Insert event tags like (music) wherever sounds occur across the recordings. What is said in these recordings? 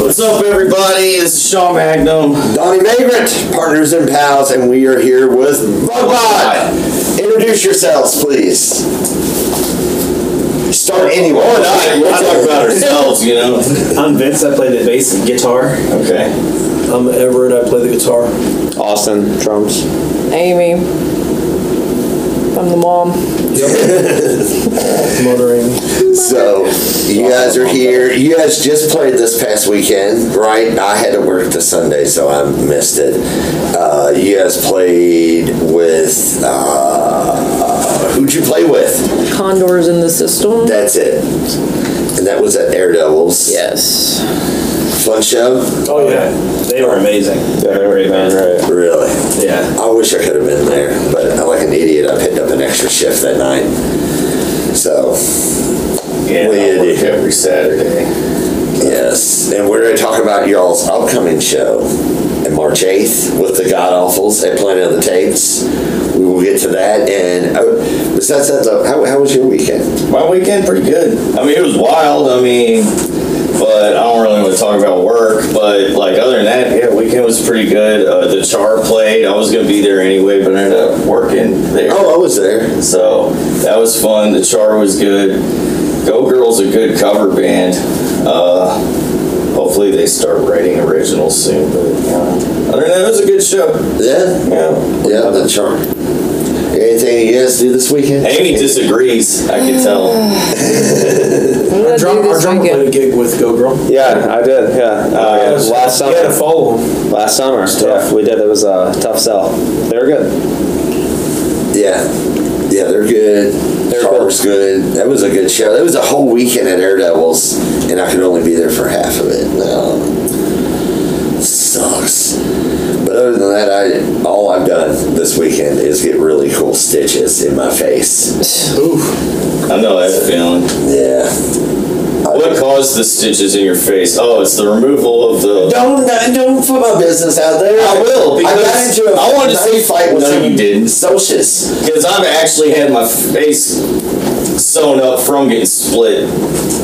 What's up, everybody? This is Sean Magnum. Donnie Vagrant, partners and pals, and we are here with Bugbot. Introduce yourselves, please. Start anyone. Or not, we'll talk (laughs) about ourselves, you know. I'm Vince. I play the bass and guitar. Okay. I'm Everett. I play the guitar. Austin, drums. Amy. I'm the mom. Motoring. So, you guys are here. You guys just played this past weekend, right? I had to work this Sunday, so I missed it. Uh, you guys played with. Uh, who'd you play with? Condors in the system. That's it. And that was at Air Devils. Yes. Fun show? Oh yeah, they were amazing. Yeah, they were amazing. Really? Yeah. I wish I could have been there, but I, like an idiot, I picked up an extra shift that night. So, Yeah, What do you I work do? every Saturday. yes. And we're going to talk about y'all's upcoming show on March 8th with the God Awfuls at Planet of the Tapes. We will get to that. And oh, besides that, though, how, how was your weekend? My weekend pretty good. I mean, it was wild. I mean, but I don't really want to talk about work. But like other than that, yeah, weekend was pretty good. Uh, the Char played. I was gonna be there anyway, but I ended up working there. Oh, I was there. So that was fun. The Char was good. Go Girl's a good cover band. Uh, hopefully they start writing originals soon. But uh, other than that, it was a good show. Yeah? Yeah. Yeah, the charm. Anything you guys do this weekend? Amy disagrees. I can tell. What did I do our this drummer played a weekend? gig with Go Girl. Yeah, I did. Yeah, uh, Yes. last summer. He had to follow him. Last summer, yeah, we did. It was a tough sell. They were good. Yeah. Yeah, they're good. They're Char was good. That was a good show. That was a whole weekend at Air Devils, and I could only be there for half of it. Um, sucks. But other than that, I all I've done this weekend is get really cool stitches in my face. I know that feeling. Yeah. What caused the stitches in your face? Oh, it's the removal of the. Don't don't put my business out there. I will, I got because into a I wanted to knife see- fight with No, some you didn't. Socius. Because I've actually had my face sewn up from getting split.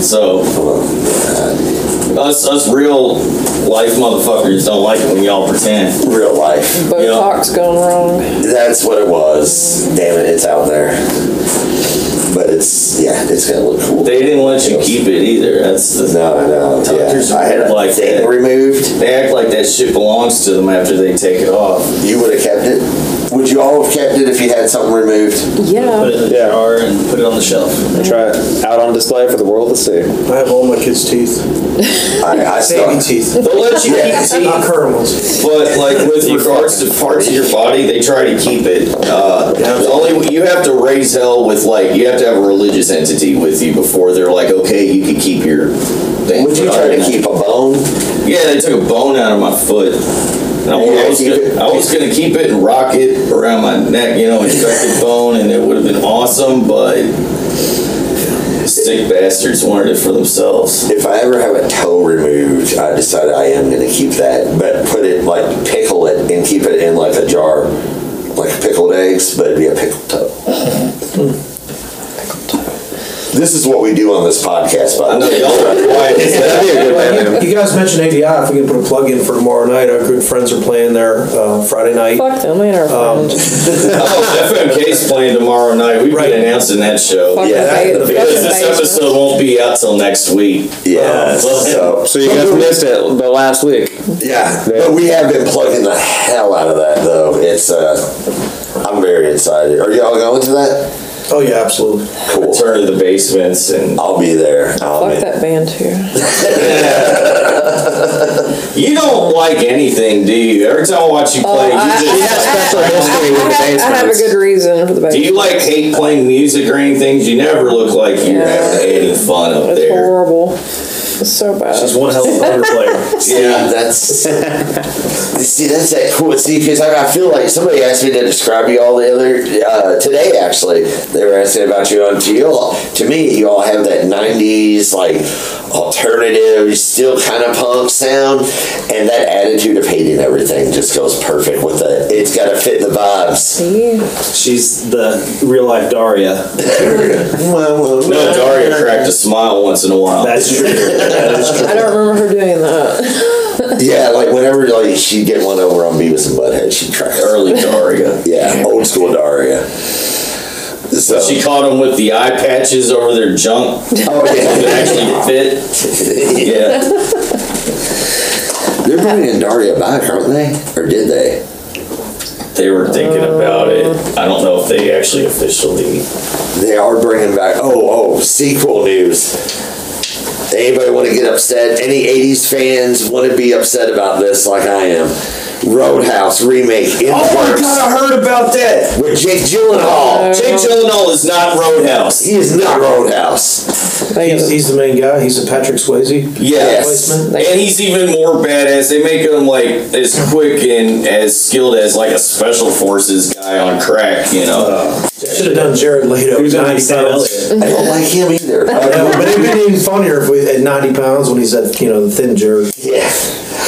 So us us real life motherfuckers don't like it when y'all pretend. Real life. Botox gone wrong. That's what it was. Damn it, it's out there. But it's yeah, it's gonna look cool. They didn't let you keep it either. That's the, no, no, Doctors yeah. I had a like thing that. removed. they act like that shit belongs to them after they take it off. You would have kept it. Would you all have kept it if you had something removed? Put Yeah. it in the Yeah. jar and put it on the shelf. They try it out on display for the world to see. I have all my kids' teeth. I, I still. Baby teeth. They'll let you (laughs) keep Not teeth, current ones. but like (laughs) with regards to parts of your body, they try to keep it. Uh, the only you have to raise hell with like you have to have a religious entity with you before they're like, okay, you can keep your. Thing. Would you But try other to than that- keep a bone? Yeah, they took a bone out of my foot. And I, Yeah, I was keep it. gonna, I was gonna keep it and rock it around my neck, you know, and check (laughs) the bone, and it would have been awesome, but sick bastards wanted it for themselves. If I ever have a toe removed, I decide I am gonna keep that, but put it like pickle it and keep it in like a jar, like pickled eggs, but it'd be a pickled toe. This is what we do on this podcast, I by the know way. y'all are quiet as hell. (laughs) Well, you, you guys mentioned ADI. If we can put a plug in for tomorrow night, our good friends are playing there uh, Friday night. Fuck them, they ain't our Um, friends. Oh, FMK's playing tomorrow night. We've Right. been announcing that show. Fuck yeah, the that- ba- fuck Because the this basement. episode won't be out till next week. Yeah. Oh, so, So you guys missed it, but last week. yeah, but we have been plugging the hell out of that though. It's uh, I'm very excited. Are y'all going to that? Oh yeah, absolutely. Cool. Return to the basements and I'll be there. I'll Fuck be- that band too. you don't like anything, do you? Every time I watch you play, you Oh, Uh, I- just I- special history with the I have, I have a basements. good reason for the Do basement. you like hate playing music or anything? You never look like you're Yeah. having any fun up It's there. horrible. It's so bad. She's one hell of a thunder (laughs) player. (laughs) Yeah, that's. (laughs) see, that's that cool. See, because I, I feel like somebody asked me to describe you all the other uh, today. Actually, they were asking about you on to you all. To me, you all have that '90s like alternative, still kind of punk sound, and that attitude of hating everything just goes perfect with it. It's got to fit the vibes. See? She's the real life Daria. No, Daria cracked a smile once in a while. That's true. That is I true. don't remember her doing that. Yeah, like whenever like she'd get one over on Beavis and Butthead, she'd try early. (laughs) early Daria. Yeah, old school Daria. So She caught them with the eye patches over their junk. It oh, yeah. actually fit. (laughs) Yeah. They're bringing Daria back, aren't they? Or did they? They were thinking about it. I don't know if they actually officially. They are bringing back. Oh, oh, sequel news. Anybody want to get upset? Any 80s fans want to be upset about this like I am? Roadhouse remake in Oh Oh the works I heard about that. with Jake Gyllenhaal. Jake Gyllenhaal is not Roadhouse. He is not Roadhouse. They He's, he's the main guy. He's a Patrick Swayze. Yes. Replacement. And he's even more badass. They make him like as quick and as skilled as like a special forces guy on crack, you know. Should have done Jared Leto. Who's gonna be 90 Sam pounds. Elliott? I don't like him either. Yeah, but it'd been even funnier if we, at 90 pounds when he's at, you know, the thin Jared. Yeah.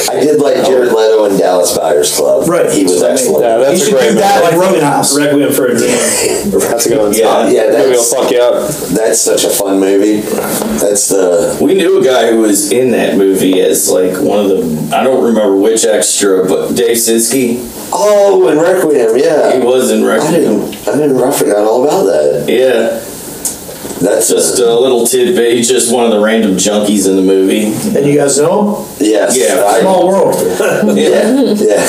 I did like Jared Leto in Dallas Buyers Club. Right. He was excellent. Yeah, He that's a should great do movie. that like Roadhouse. Requiem for a Dream. That's a good one. Yeah, yeah, That movie will that's- fuck you up. That's such a fun movie. That's the We knew a guy who was in that movie as like one of the I don't remember which extra, but Dave Siski. oh, and Requiem. He Yeah, was in I Requiem. didn't. I didn't. I forgot all about that. Yeah, That's just just a little tidbit. He's just one of the random junkies in the movie. And you guys know him? yes. yeah, I, Small world. (laughs) Yeah. yeah.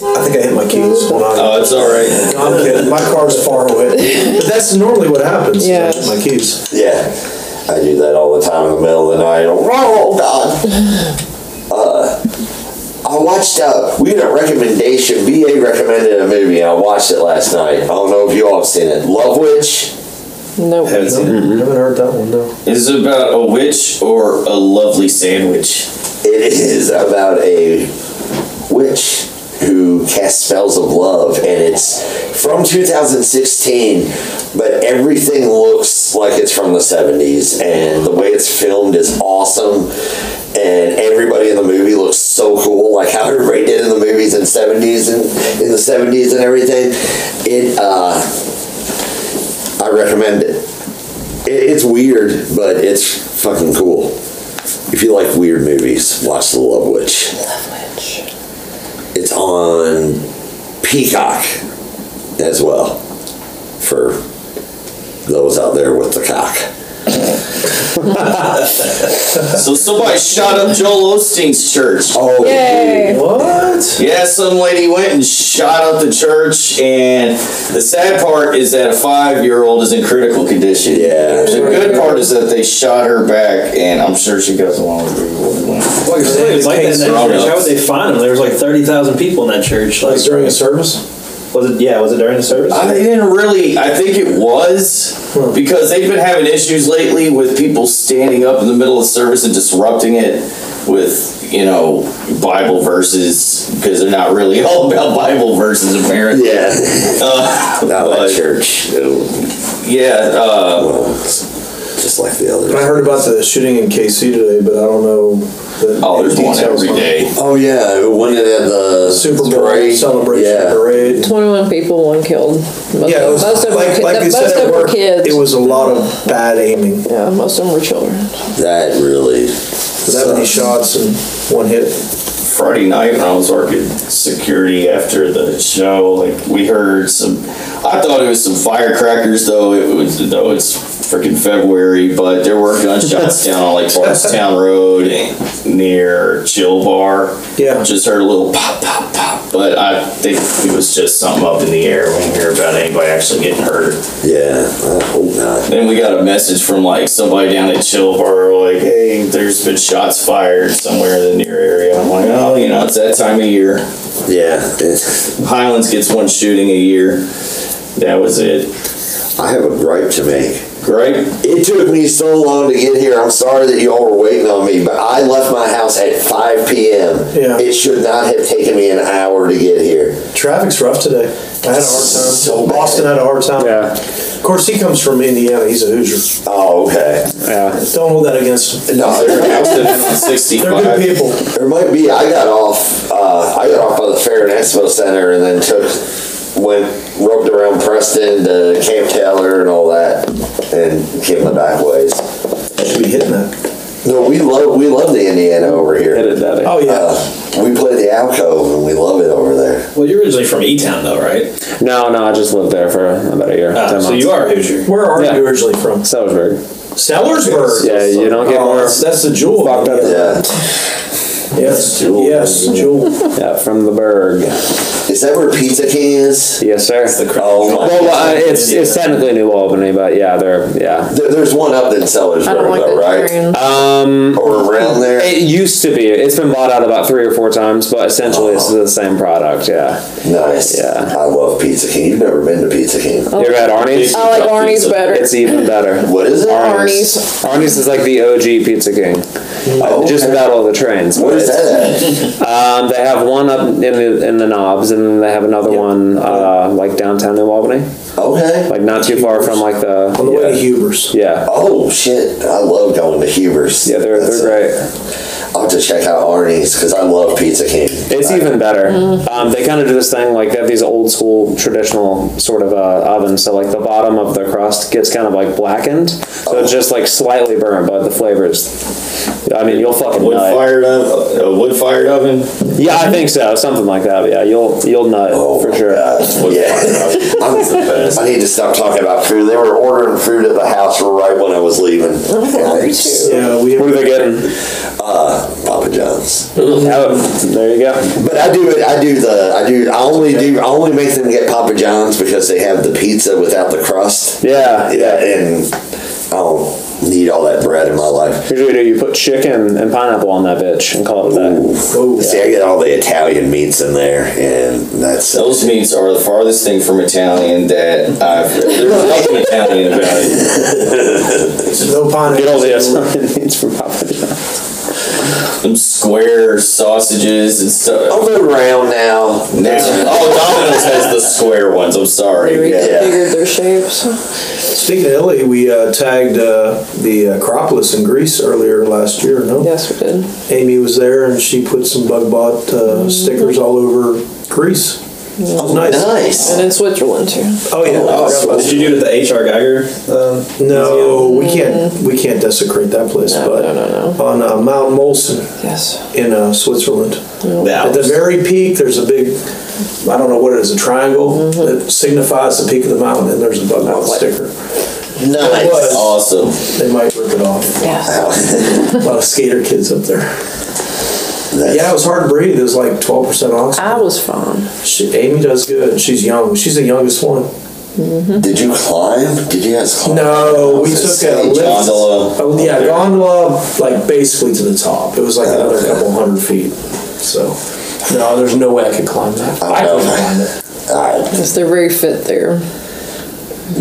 I think I hit my keys. Hold on. Oh, it's all right. No, I'm kidding. My car's far away. But that's normally what happens. I Yeah. hit My keys. Yeah, I do that all the time in the middle of the night. Oh God! Uh, I watched. Uh, we had a recommendation. BA recommended a movie, and I watched it last night. I don't know if you all have seen it. Love Witch. Nope. Haven't seen it. I haven't heard that one, no. Is it about a witch or a lovely sandwich? It is about a witch who casts spells of love, and it's from 2016, but everything looks like it's from the 70s, and the way it's filmed is awesome. And everybody in the movie looks so cool, like how everybody did in the movies in seventies and in the seventies and everything. It, uh, I recommend it. it. It's weird, but it's fucking cool. If you like weird movies, watch The Love Witch. It's on Peacock as well for those out there with the cock. So somebody shot up Joel Osteen's church. Oh, Yay. What? Yeah, some lady went and shot up the church, and the sad part is that a five-year-old is in critical condition. Yeah. The good part is that they shot her back, and I'm sure she goes along with it. Well, you're saying it's like that in Case that church. Roundup. How would they find him? There was like thirty thousand people in that church. Like Like during a service? was it? Yeah, was it during the service? I didn't really. I think it was because they've been having issues lately with people standing up in the middle of service and disrupting it with you know Bible verses because they're not really (laughs) all about Bible verses apparently. Yeah. (laughs) Uh, Not but, that church. It'll- Yeah. Uh, well, uh, just like the I other. heard about the shooting in KC today, but I don't know. The oh, there's one details every on it. day. Oh, yeah. the One that had the Super Bowl parade. celebration Yeah. parade. 21 people, one killed. Most, Yeah, it was most of them, like, ki- like the- we most said of at them were work. kids. It was a lot of bad aiming. yeah, most of them were children. That really. Seventy sucked. shots and one hit. Friday night when I was working security after the show, like we heard some. I thought it was some firecrackers, though. It was though it's freaking February, but there were gunshots down on like Barstown Road and near Chill Bar. Yeah. just heard a little pop, pop, pop. But I think it was just something up in the air. We didn't hear about anybody actually getting hurt. Yeah. I hope not. Then we got a message from like somebody down at Chilboro, like, hey, there's been shots fired somewhere in the near area. I'm like, oh, you know, it's that time of year. Yeah. (laughs) it's- Highlands gets one shooting a year. That was it. I have a gripe to make. (laughs) right? It took me so long to get here. I'm sorry that y'all were waiting on me, but I left my house at 5 p.m. Yeah. It should not have taken me an hour to get here. Traffic's rough today. I had a hard time. So bad. Boston had a hard time. Yeah. Of course, he comes from Indiana. He's a Hoosier. Oh, okay. Yeah. Don't hold that against him. No, there, I was there- sitting on 65. They're good people. there might be. I got off. Uh, I got off by the Fair and Expo Center, and then took went roped around Preston to Camp Taylor and all that, and came my back ways. Should be hitting that. No, we love we love the Indiana over here. Hit it, Daddy. Oh yeah. Uh, we play the alcove, and we love it over there. Well, you're originally from E Town, though, right? No, no, I just lived there for about a year. Ah, 10 so months. you are Hoosier. Where are Yeah. you originally from? Sellersburg. Sellersburg. Yeah, you don't get Oh, more that's, that's the jewel. fucked up. Yeah. Yes, Jewel. yes, jewel. Yeah, from the Berg. Is that where Pizza King is? Yes, sir. Oh my! Well, uh, it's it's technically New Albany, but yeah, they're yeah. There, there's one up in Sellersburg, I don't like though, that right? green. Um, Or around there. it used to be. It's been bought out about three or four times, but essentially it's the same product. Yeah, Nice. Yeah. I love Pizza King. You've never been to Pizza King. you ever had Arnie's? I like Arnie's better. It's even better. What is it? Arnie's. Arnie's is like the OG Pizza King. Oh, Just okay. about all the trains. What but is it's- that? Um, they have one up in the in the knobs, and then they have another one uh, like downtown New Albany, At? Okay. like not too far from like the On the yeah. way to Huber's. yeah. Oh shit! I love going to Huber's. Yeah, they're, That's- they're great. I'll have to check out Arnie's because I love Pizza King. It's even better. Um, they kind of do this thing like they have these old school traditional sort of uh, ovens. So like the bottom of the crust gets kind of like blackened, so it's just like slightly burnt, but the flavors. I mean, you'll fucking Wood nut. fired oven, a wood fired oven. Yeah, I think so. Something like that. But yeah, you'll you'll nut Oh, for sure. God. Yeah. (laughs) I'm- I need to stop talking about food. They were ordering food at the house right when I was leaving. hungry too. Yeah, we. What are they getting? Uh, Papa John's. Have it. There you go. But I do it. I do the. I do. I only do. I only make them get Papa John's because they have the pizza without the crust. Yeah, Yeah, and I don't need all that bread in my life. Usually do you put chicken and pineapple on that bitch and call it a day. Oh, See, I get all the Italian meats in there, and that's Those meats are the farthest thing from Italian that I've. There's nothing Italian about it. no pineapple. Get all the (laughs) Italian needs from Papa John's. Them square sausages and Oh. stuff. over round now. Now- oh, Domino's has the square ones. I'm sorry. Maybe Yeah. they yeah. figured their shapes. Speaking of Italy, we uh, tagged uh, the Acropolis in Greece earlier last year. No, Yes, we did. Amy was there and she put some bug bot uh, stickers all over Greece. It was nice. Nice. And in Switzerland too. Oh yeah. What did you do to the H.R. Geiger? Um, No, we can't. We can't desecrate that place. No, but no, no, on uh, Mount Molson Yes. in uh, Switzerland, the at the Alps. very peak, there's a big. I don't know what it is, a triangle that signifies the peak of the mountain, and there's a bug bot sticker. Nice. Awesome. They might rip it off. (laughs) Yes. A lot of skater kids up there. That's- Yeah, it was hard to breathe. It was like 12% oxygen. I was fine. She, Amy does good. She's young. She's the youngest one. Did you climb? Did you guys climb? No, we took a lift. Gondola. Oh, yeah, gondola, like basically to the top. It was like another couple hundred feet. So, no, there's no way I could climb that. I know. couldn't climb it. I Yes, they're very fit there. did.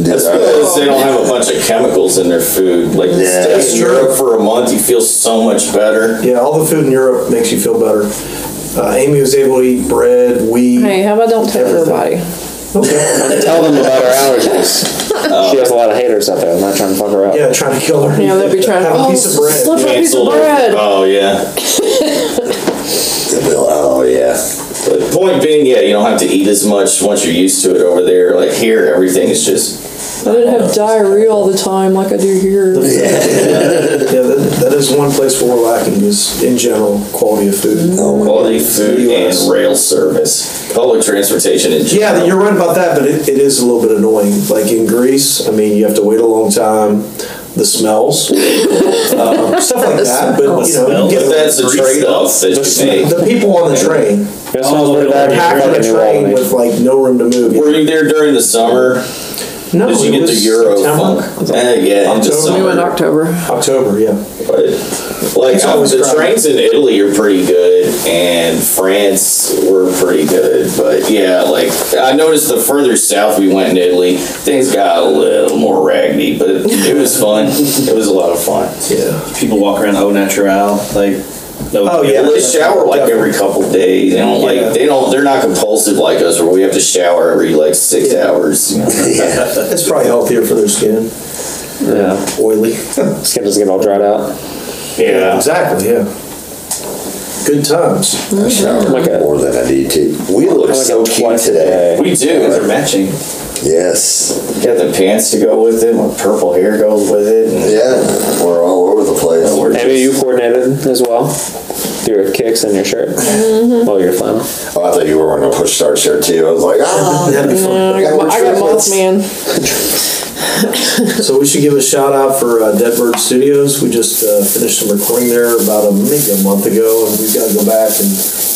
Because they don't have a bunch of chemicals in their food. Like Yeah. stay in Europe for a month, you feel so much better. Yeah, all the food in Europe makes you feel better. Uh, Amy was able to eat bread, wheat. Hey, how about don't tell Everything. nobody? Okay. Tell them about (laughs) her allergies. she has a lot of haters out there. I'm not trying to fuck her up. yeah, trying to kill her. Yeah, they'd be trying to. have a Oh, piece of bread. (laughs) slip a piece of Cancel it. bread. Oh (laughs) yeah. Oh yeah. But point being, yeah, you don't have to eat as much once you're used to it over there. Like here, everything is just I didn't have diarrhea all the time like I do here. Yeah, that, that is one place where we're lacking is in general quality of food. quality food and rail service, public transportation in Yeah, general. you're right about that, but it, it is a little bit annoying. Like in Greece, I mean, you have to wait a long time. The smells, um, stuff like that. But you know, you But get that's a trade-off that you make. the people on the train, This one's pretty bad. packed on a New train Albany. with like no room to move. Were you there during the summer? No, Did you it get the was Euro September. funk? Eh, yeah, in the October. We summer. went October. October, yeah. But like It's always the crowded. trains in Italy are pretty good, and France were pretty good. But yeah, like I noticed the further south we went in Italy, things got a little more raggedy, but it was fun. it was a lot of fun. Yeah. People walk around au natural, like no. Oh, yeah. Well, they shower like Definitely. every couple days. They don't like Yeah. they don't. They're not compulsive like us, where we have to shower every like six Yeah. hours. (laughs) you know. It's probably healthier for their skin. Yeah. Oily. Skin doesn't get all dried out. Exactly, yeah. Good times. I shower Like a- more than I need to. We look like so a cute twice a today. day. We do. They're matching. Yes. Got the pants to go with it. My purple hair goes with it. and- Yeah. We're all over the place. We're Amy, you coordinated as well. Your kicks and your shirt. Well, your flannel. Oh, I thought you were wearing a push start shirt too. I was like, ah. That'd be fun. Mm, I got, I got Mothman. So we should give a shout out for uh, Dead Bird Studios. We just uh, finished some recording there about a, maybe a month ago, and we've got to go back and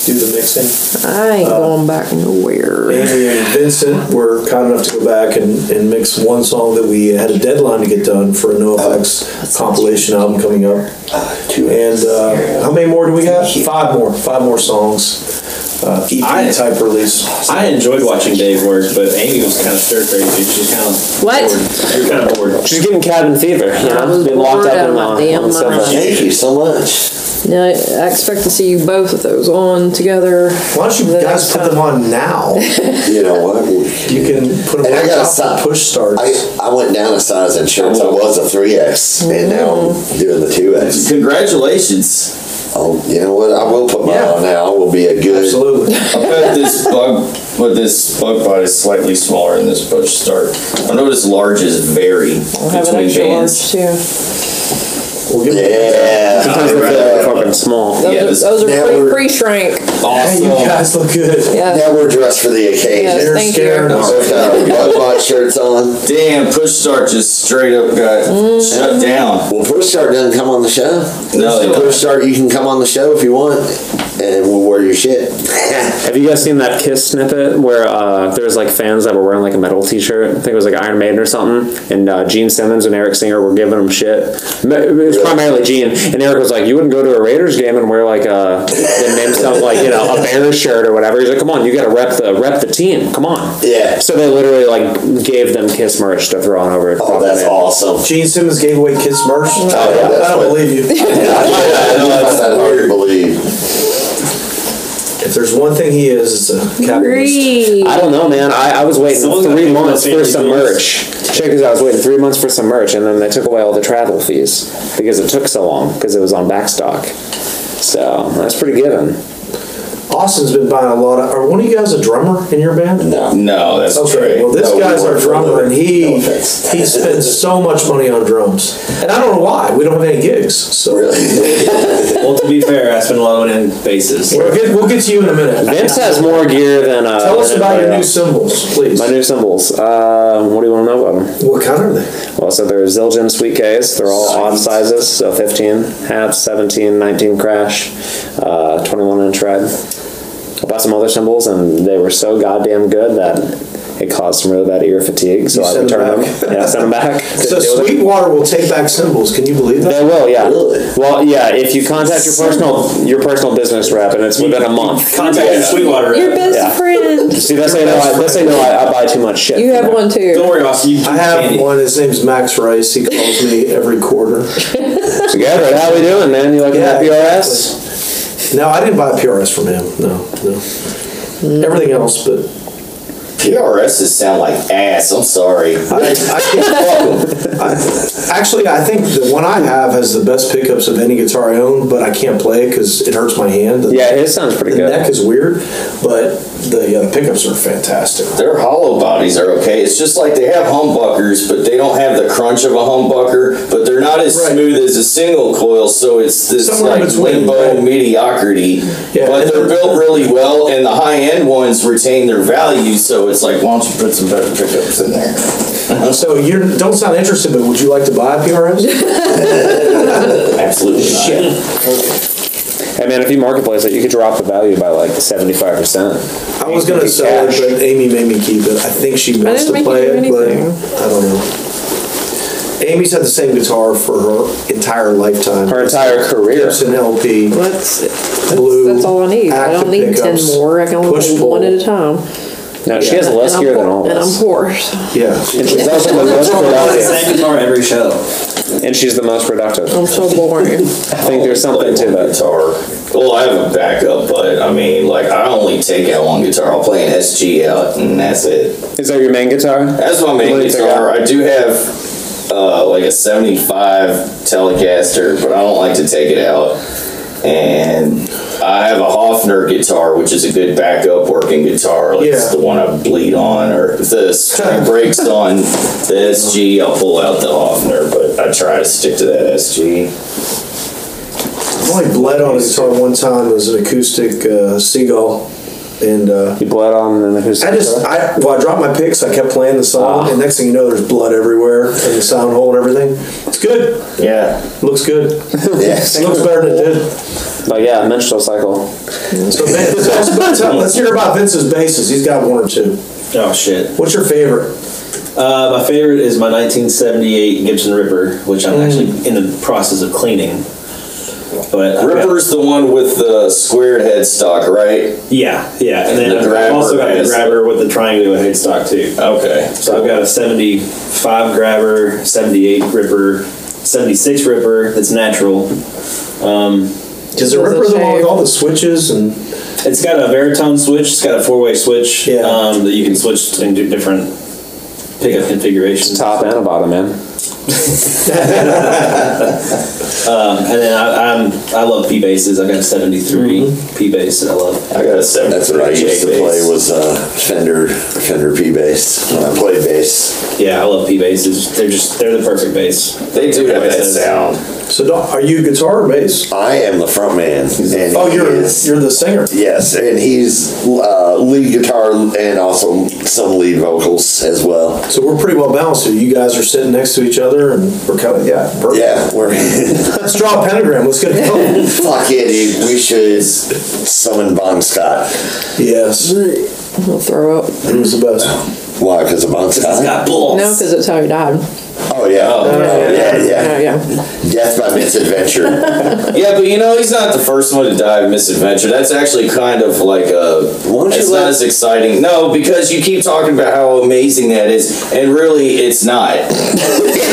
do the mixing. I Uh, ain't going back nowhere. Amy and Vincent were kind enough to go back and, and mix one song that we had a deadline to get done for a NoFX compilation album coming up. And uh, how many more do we have? Five more. Five more songs. Uh, EP I- type release. I enjoyed watching Dave work, but Amy was kind of stir crazy. She's kind of What? Bored. You're kind of bored. She's getting cabin fever. You I know, was being locked bored up out in of my uh, damn on sofa. mind. Thank you so much. Now, I expect to see you both of those on together. Why don't you the guys next put them time. on now? You know what? We- You can (laughs) put them And I on got a top side. of push starts. I, I went down a size in shirts. I was a 3X, and now I'm doing the 2X. Congratulations. Oh, you know what? I will put mine Yeah. on now. I will be a good. Absolutely. I bet this bug, but this bug bite is slightly smaller than this bush start. I noticed larges vary I'll have an between bands. extra large too. We'll give them- Yeah. Sometimes they feel like Alright. fucking small. Those Yeah, are- this- those now are we're- pre shrink. Hey, you guys look good. Yeah. Now we're dressed for the Yes, occasion. thank scared you. of- So I've got our Bud Bot shirts on. Damn, push start just straight up got shut down. Well, Push Start doesn't come on the show. No, they don't. Push Start, you can come on the show if you want, and we'll wear your shit. (laughs) Have you guys seen that Kiss snippet where uh, there was like fans that were wearing like a metal T-shirt? I think it was like Iron Maiden or something. And uh, Gene Simmons and Eric Singer were giving them shit. Ma- It was primarily Gene, and Eric was like, "You wouldn't go to a Raiders game and wear like a the name something like you know a Bears shirt or whatever." He's like, "Come on, you got to rep the rep the team. Come on." Yeah. So they literally like gave them Kiss merch to throw on over. Oh, that's awesome. Gene Simmons gave away Kiss merch. Oh, yeah, that's I don't what- believe (laughs) you. I know that's hard to believe. If there's one thing he is, it's a capitalist. Three. I don't know, man. I, I was waiting Someone's gotta three pay months for the for some fees. merch. Check this out. I was waiting three months for some merch, and then they took away all the travel fees because it took so long because it was on backstock. So that's pretty given. Austin's been buying a lot of. Are one of you guys a drummer in your band? No. No, that's Okay, well, great. this No, we guy's our weren't drummer, really. and he No (laughs) offense. he spends so much money on drums, and I don't know why. We don't have any gigs, so Really? Well, to be fair, I spend a lot of money on bases. (laughs) we'll get we'll get to you in a minute. Vince has more gear than. Uh, Tell us than about your anybody new else. symbols, please. My new symbols. Uh, what do you want to know about them? What kind are they? Well, so they're Zildjian Sweet K's. They're all odd sizes, so 15, half, 17, 19 crash, uh, 21 inch red. I bought some other symbols, and they were so goddamn good that it caused some really bad ear fatigue, so You I sent them returned back? them. Yeah, send (laughs) them back. So Deal with it. Sweetwater will take back symbols. Can you believe They that? will, yeah. Really? Well, yeah. If you contact your personal your personal business rep, and it's within a month. Contact Sweetwater. Your best Yeah. friend. See, that's how you know I, that's how you know I, I buy too much shit. You from have there. one Don't too. worry, Austin. You I have one. His name's Max Rice. He calls me every quarter. So, Garrett, how we doing, man? You like Yeah, that PRS? No, I didn't buy a PRS from him. No, no. Everything else, but PRSs sound like ass. I'm sorry. I, I can't fuck 'em. I, actually, I think the one I have has the best pickups of any guitar I own, but I can't play it because it hurts my hand. The, Yeah, his sounds pretty the good. neck is weird, but the, yeah, the pickups are fantastic. Their hollow bodies are okay. It's just like they have humbuckers, but they don't have the crunch of a humbucker. But they're not as Right. smooth as a single coil, so it's this Somewhere in like between, limbo right. mediocrity. Yeah. But they're built really well, and the high end ones retain their value. So it's like, why don't you put some better pickups in there? So you don't sound interested, but would you like to buy a PRS? Absolutely. Not. Shit. Hey man, if you marketplace it, you could drop the value by like seventy five percent. I was (laughs) gonna sell it, but Amy made me keep it. I think she wants didn't to make play you do it, but anything. I don't know. Amy's had the same guitar for her entire lifetime. Her entire career. Gibson LP. That's, that's, Blue, that's all I need. I active don't need pickups, ten more. I can only push play one pull. at a time. No, she has less and I'm gear than poor, all of And us. I'm poor. so- Yeah. And she's also the most productive. Same guitar every show. And she's the most productive. I'm so boring. I think there's something to that. guitar. Well, I have a backup, but I mean, like, I only take out one guitar. I'll play an SG out, and that's it. Is that your main guitar? That's my main What do you take guitar. I do have uh, like a 75 Telecaster, but I don't like to take it out. And I have a Hofner guitar, which is a good backup working guitar. Like It's Yeah. the one I bleed on, or if the (laughs) string breaks on the SG, I'll pull out the Hofner, but I try to stick to that SG. I only bled on a guitar one time. It was an acoustic uh, seagull, and uh, You bled on and then who's I just I well I dropped my picks. I kept playing the Ah. song, and next thing you know, there's blood everywhere in the sound hole and everything. It's good. Yeah. Looks good. (laughs) Yes. It looks better than it did. But yeah, menstrual cycle. So man, so let's, let's- let's hear about Vince's basses. He's got one or two. Oh shit. What's your favorite? Uh, my favorite is my 1978 Gibson Ripper, which I'm Mm. actually in the process of cleaning. But uh, Ripper's the one with the squared headstock, right? yeah, yeah, and then The I've grabber also got the has- grabber with the triangular headstock too. Okay. So I've got a 75 grabber, 78 ripper, 76 ripper that's natural. Um, Is the Does it Ripper the one with shave? all the switches and it's got a Veritone switch, it's got a four way switch Yeah. um, that you can switch between di- different pickup configurations. Top and bottom, man. Um, and then I, I'm, I love P bases. I've got a 73 Mm-hmm. P bass that I love. I got a seven. That's what I used to play was uh, Fender Fender P bass when I played bass. Yeah, I love P bases. They're just, they're the perfect bass. They do have that sound. so? Don't, are you guitar or bass? I am the front man. And Oh, he you're is- you're the singer. Yes, and he's uh, lead guitar and also some lead vocals as well. So we're pretty well balanced here. You guys are sitting next to each other, and we're kind of yeah. Perfect. Yeah, we're (laughs) Let's draw a pentagram. Let's get it going. fuck it, dude. We should summon Bon Scott. (laughs) yes, it I'll throw up. was the best. Why? Because of Bon Scott? No, because it's how you died. Oh yeah, oh, yeah, yeah, Yeah, yeah. Death by (laughs) misadventure. Yeah, but you know he's not the first one to die of misadventure. That's actually kind of like a. Why don't you It's let- not as exciting. No, because you keep talking about how amazing that is, and really, it's not.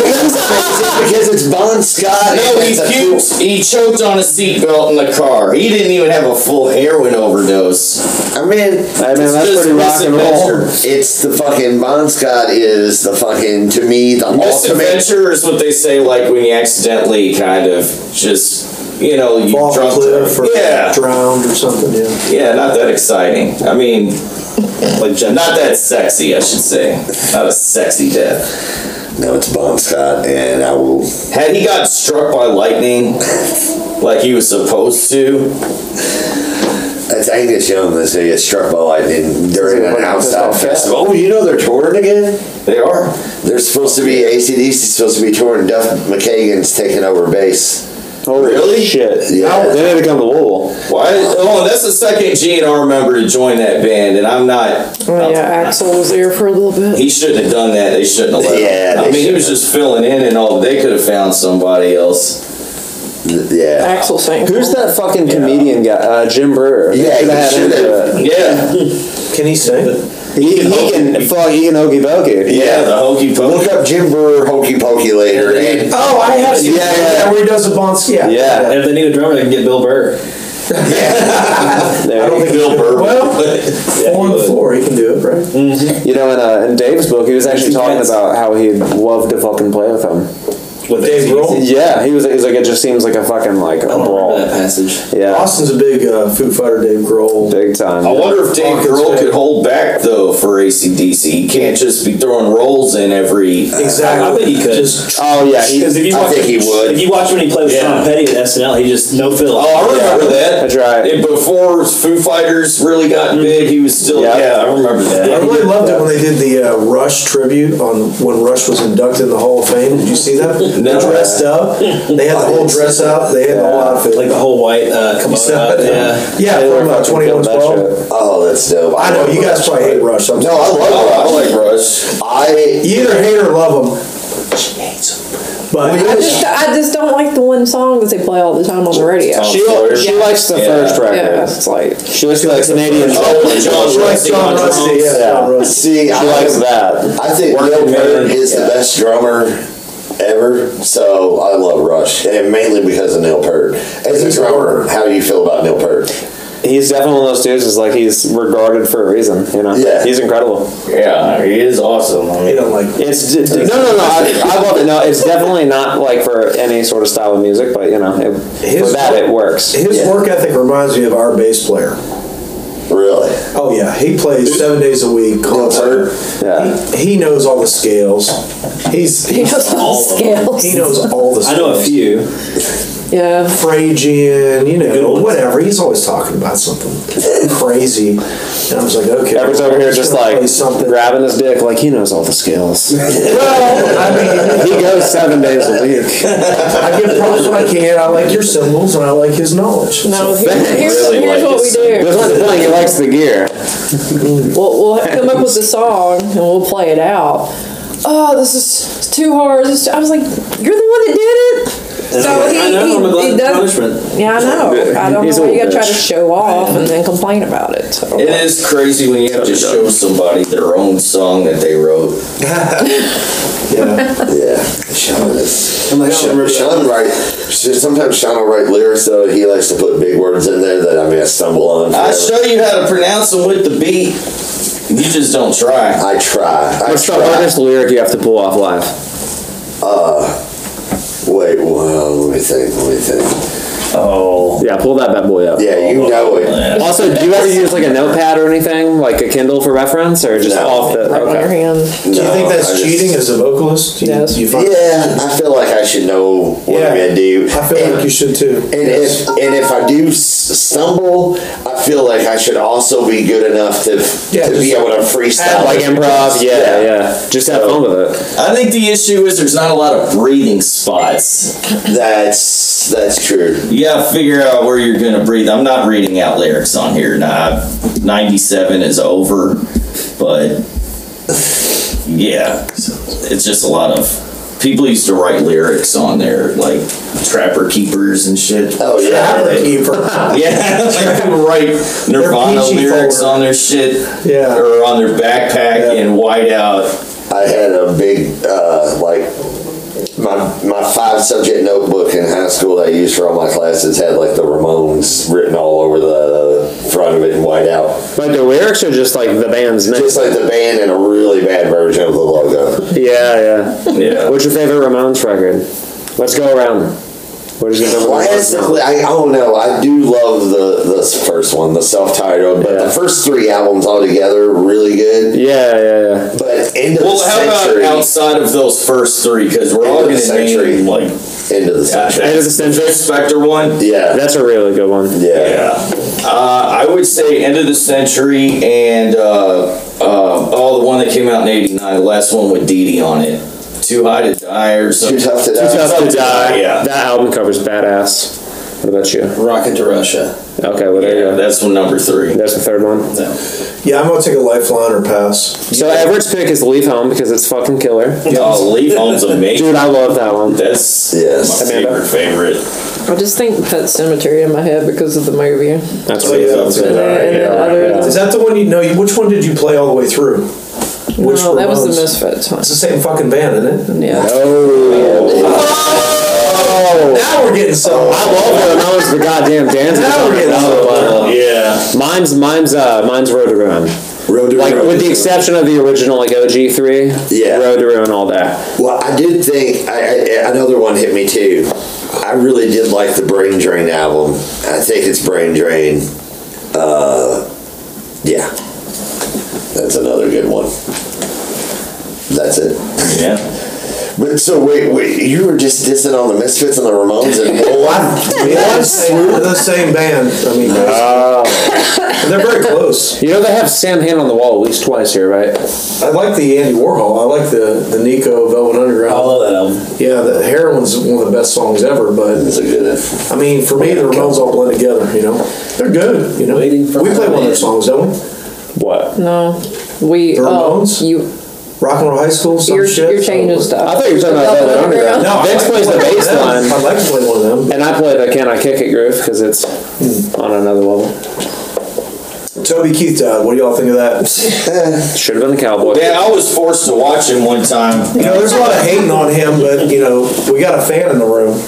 because it's Bon Scott. No, (laughs) he It's a cool- puked. He choked on a seatbelt in the car. He didn't even have a full heroin overdose. I mean, I mean, that's Just pretty rock and roll. misadventure. it's the fucking Bon Scott is the fucking to me the ultimate. Misadventure is what they say, like when you accidentally kind of just, you know, you Fall off a drunk. cliff or yeah, drowned or something. Yeah. yeah, not that exciting. I mean, Like Jeff, not that sexy, I should say. Not a sexy death. No, it's Bon Scott, and I will. Had he got struck by lightning like he was supposed to, It's Angus Young that say gets struck by lightning during an outside festival. Oh, you know they're touring again. they are. They're supposed to be ACDC. Supposed to be touring. Duff McKagan's taking over bass. Holy Really? shit. Yeah. They need to come to Louisville. Why? Oh, that's the second GNR member to join that band, and I'm not. Oh, yeah, Axel was there for a little bit. He shouldn't have done that. They shouldn't have let Yeah, him. I they mean, he shouldn't was just filling in and all. They could have found somebody else. Yeah. Axel sang. Who's that fucking comedian guy? Uh, Jim Brewer. They Yeah, should've he had him should've. do it. Yeah, Can he sing? He, he can fuck. He can hokey pokey. yeah, the hokey Look pokey. up Jim Brewer Hokey Pokey later, and Oh, I have seen Yeah, that. yeah. where he does the Bon Scott. Yeah. and if they need a drummer, they can get (laughs) Bill Burr. There I don't you think Bill Burr. (laughs) Well, on the would. floor, he can do it, right? You know, in, uh, in Dave's book, he was actually talking about how he'd love to fucking play with him. With Dave ACDC. Grohl. Yeah, he was, he was like, it just seems like a fucking, like, a I don't remember brawl. that passage. Yeah, Austin's a big uh, Foo Fighter Dave Grohl. big time. I wonder if Dave Hawkins Grohl fan. could hold back though for ACDC. He can't just be throwing rolls in every. Exactly. I bet he could. Just Oh, yeah. He, Because if you I watch, think he would. If you watch when he played with Yeah. Tom Petty at SNL, he just no fill. Oh, I remember that. That's right. And before Foo Fighters really got Mm-hmm. big, he was still. Yeah. Yeah, I remember that. I really loved it when they did the uh, Rush tribute on when Rush was inducted in the Hall of Fame. Did you see that? They're dressed up. They had the whole dress up. They had the whole outfit. Like the whole white uh, kimono. yeah. yeah, They were from uh, fucking killing 2112. that shit. Oh, that's dope. I know love you guys Rush. probably hate Rush. I'm No, Oh, I I love like Rush. Rush. I. You either hate or love them. But Well, I just, I just don't like the one song that they play all the time on the radio. Tom She, Sawyer. she likes the Yeah. first record. Yeah, it's like She likes the Canadian. Oh, John She likes Rusty John on Rusty, drums. yeah, John Rusty. See, I She like likes that. I think Working Neil Peart Man, is yeah. the best drummer ever, so I love Rush, and mainly because of Neil Peart. As a drummer, how do you feel about Neil Peart? He's definitely one of those dudes. Is like he's regarded for a reason. You know. Yeah. He's incredible. Yeah, he is awesome. I they mean, don't like. It's d- d- no, no, no. I, I love it. No, it's definitely not like for any sort of style of music, but you know, it, His- for that it works. His Yeah. work ethic reminds me of our bass player. Really? Oh yeah, he plays seven days a week. Concert. Yeah. He, he knows all the scales. He's (laughs) he he knows, knows all the he (laughs) scales. knows all the. I Scales. know a few. Yeah, Phrygian, you know, whatever. He's always talking about something crazy, and I was like, okay. Ever's over here he's just gonna like play something. grabbing his dick, like he knows all the skills. he (laughs) Well, I mean, goes seven days a (laughs) week. I give props when I can. I like your symbols and I like his knowledge. no. Here, here's really here's like what we it. That's do. not the thing. He likes the gear. We'll, we'll come up with the song and we'll play it out. Oh, this is too hard. This is too, I was like, you're the one that did it. So he, I know, I'm a he, he glutton for does. punishment. Yeah, I know. I don't He's know a why you gotta little try to bitch. show off and then complain about it. So, it is crazy when you have to show somebody their own song that they wrote. (laughs) Yeah. Yeah. oh, Sean is. I'm like, Sean, I'm- Sean write. Sometimes Sean will write lyrics though. He likes to put big words in there that I mean I stumble on. I forever. show you how to pronounce them with the beat. You just don't try. I try. I What's the try. hardest lyric you have to pull off live? Wait, well, let me think. Let me think. Oh, Yeah, pull that bad boy up. Yeah, you know it. Also, do you ever use like a notepad or anything, like a Kindle for reference, or just No. off the? right on your Okay. hand. Do you think that's I just- cheating as a vocalist? Do you, Yes. do you find- Yeah, I feel like I should know what I'm Yeah. gonna do. I feel And- like you should too. And if and if I do s- stumble, I feel like I should also be good enough to Yeah, to be just- able to freestyle. Like improv, yeah, yeah. Just have fun with it. I think the issue is there's not a lot of breathing spots. That's that's true. You gotta figure out where you're gonna breathe. I'm not reading out lyrics on here. Nah, 97 is over, but yeah, it's just a lot of people used to write lyrics on there, like Trapper Keepers and shit. Oh yeah, Trapper keeper. Yeah, like people write Nirvana peachy lyrics forward. on their shit, Yeah. or on their backpack Yeah. and white out. I had a big uh, like my my five subject notebook in high school that I used for all my classes had like the Ramones written all over the front of it in white out, But the lyrics are just like the band's name. just like the band in a really bad version of the logo. Yeah, yeah. Yeah. What's your favorite Ramones record? Let's go around. We're just gonna go with the Ramones Classically, I, I don't know. I do love the the first one, the self titled, but Yeah. the first three albums altogether are really good. now. Yeah, yeah, yeah. But end of Well, the how about century. outside of those first three? Because we're all End gonna of the century. name like End of the century. End of the century. Spectre one. Yeah. That's a really good one. yeah. Yeah. Uh, I would say end of the century and uh, uh, oh, the one that came out in '89, the last one with Dee Dee on it, Too High to Die or Too something. tough to Too die. Tough to Die. Yeah. That album cover's badass. What about you? Rocket to Russia. Okay, well there Yeah, you go. that's one number three. There's the third one. Yeah, I'm gonna take a lifeline or pass. So Everett's pick is Leave Home because it's fucking killer. Oh, Leaf Home's amazing. Dude, I love that one. That's Yes. my Amanda. favorite favorite. I just think Pet Cemetery in my head because of the movie. And That's Oh, yeah, really that's good. good. the- and the other- Is that the one you know? Which one did you play all the way through? Which no, that was the Ramones? Misfits one. It's the same fucking band, isn't it? Yeah. Oh. Now we're getting so. uh, I love it. That was the goddamn dancing. Now we're getting Oh, wow. Yeah. Mine's mine's uh mine's Road to Ruin. Road to Like Ruin. with the exception of the original like OG three. Yeah. Road to Ruin all day. Well, I did think I, I, another one hit me too. I really did like the Brain Drain album. I think it's Brain Drain. Uh, yeah. That's another good one. That's it. Yeah. But so wait, wait, you were just dissing on the Misfits and the Ramones (laughs) and what? (laughs) Yes, we were the same band. I mean, they're very close. You know they have Sam Hand on the wall at least twice here, right? I like the Andy Warhol. I like the the Nico Velvet Underground. I love that album. Yeah, the heroin's one of the best songs ever, but That's a good I mean, for me, the Ramones all blend together. You know, they're good. You know, Waiting for we my play one of their man. songs, don't we? What? No, we. The Oh, Ramones? you, Rock and Roll High School, some you're, shit. you're changing stuff. I thought you were talking about Velvet Velvet Underground. Underground. No, I'd Vince like plays to the play bass one of them. line. I'd like to play one of them. And I play the Can I Kick It groove because it's Hmm. on another level. Toby Keith died. What do y'all think of that? Should have been the Cowboy. Man, I was forced to watch him one time. You know, there's a lot of hating on him, but you know, we got a fan in the room.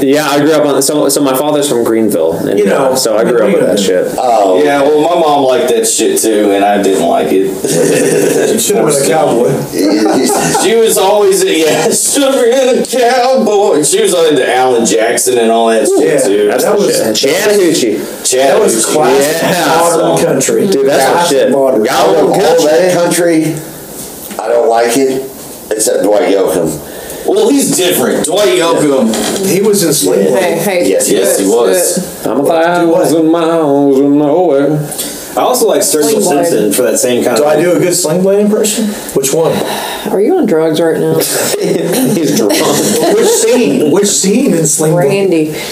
Yeah, I grew up on so so my father's from Greenville, and You know, uh, so I grew up with that shit. Oh, Yeah, well, my mom liked that shit too, and I didn't like it. It should have been a cowboy. yeah. She was always a, yeah, (laughs) sugar and a cowboy. She was all into Alan Jackson and all that shit Yeah, too. That's that the was- shit. Chattahoochee, Chad That was classic Yeah. modern country. dude, that's the Classic shit. modern. Y'all all don't catch that it. country, I don't like it except Dwight Yoakam. Well, he's different. Dwight Yoakam. He was in Sling Hey, hey. Yes, do yes, it, he do was. it. I'm a thousand miles from nowhere. I also like Sturgill Sling Blade. Simpson for that same kind Do of. I do a good Sling Blade impression? Which one? Are you on drugs right now? He's drunk. Which scene? Which scene in Sling Blade? Randy. (laughs)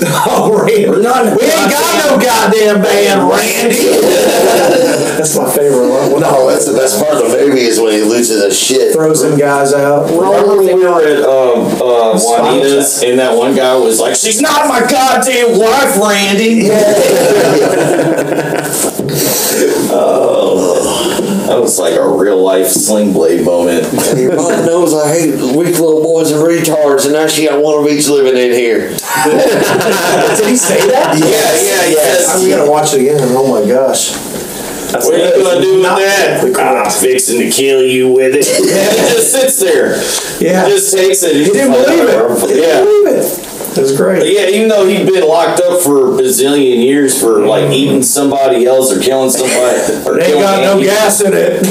Oh, Randy. We're not, we ain't got no goddamn band, Randy. (laughs) That's my favorite one. When No, that's the best part of the movie is when he loses his shit. throws them guys (laughs) out. Remember when we were at um, uh, Juanita's and that one guy was like, "She's not my goddamn wife, Randy." (laughs) oh, that was like a real life Sling Blade moment. Your mom knows I hate weak little boys and retards, and now she got one of each living in here. Did he say that? yeah, yeah, yes. I'm gonna watch it again. Oh my gosh. Ah, What are you gonna do with that? correct. I'm fixing to kill you with it. he just sits there. Yeah. He just takes it. He didn't believe it. He Yeah. didn't believe it. It was great. Yeah, even though he'd been locked up for a bazillion years for like eating somebody else or killing (laughs) somebody or It ain't killing got no animals. gas in (laughs) it.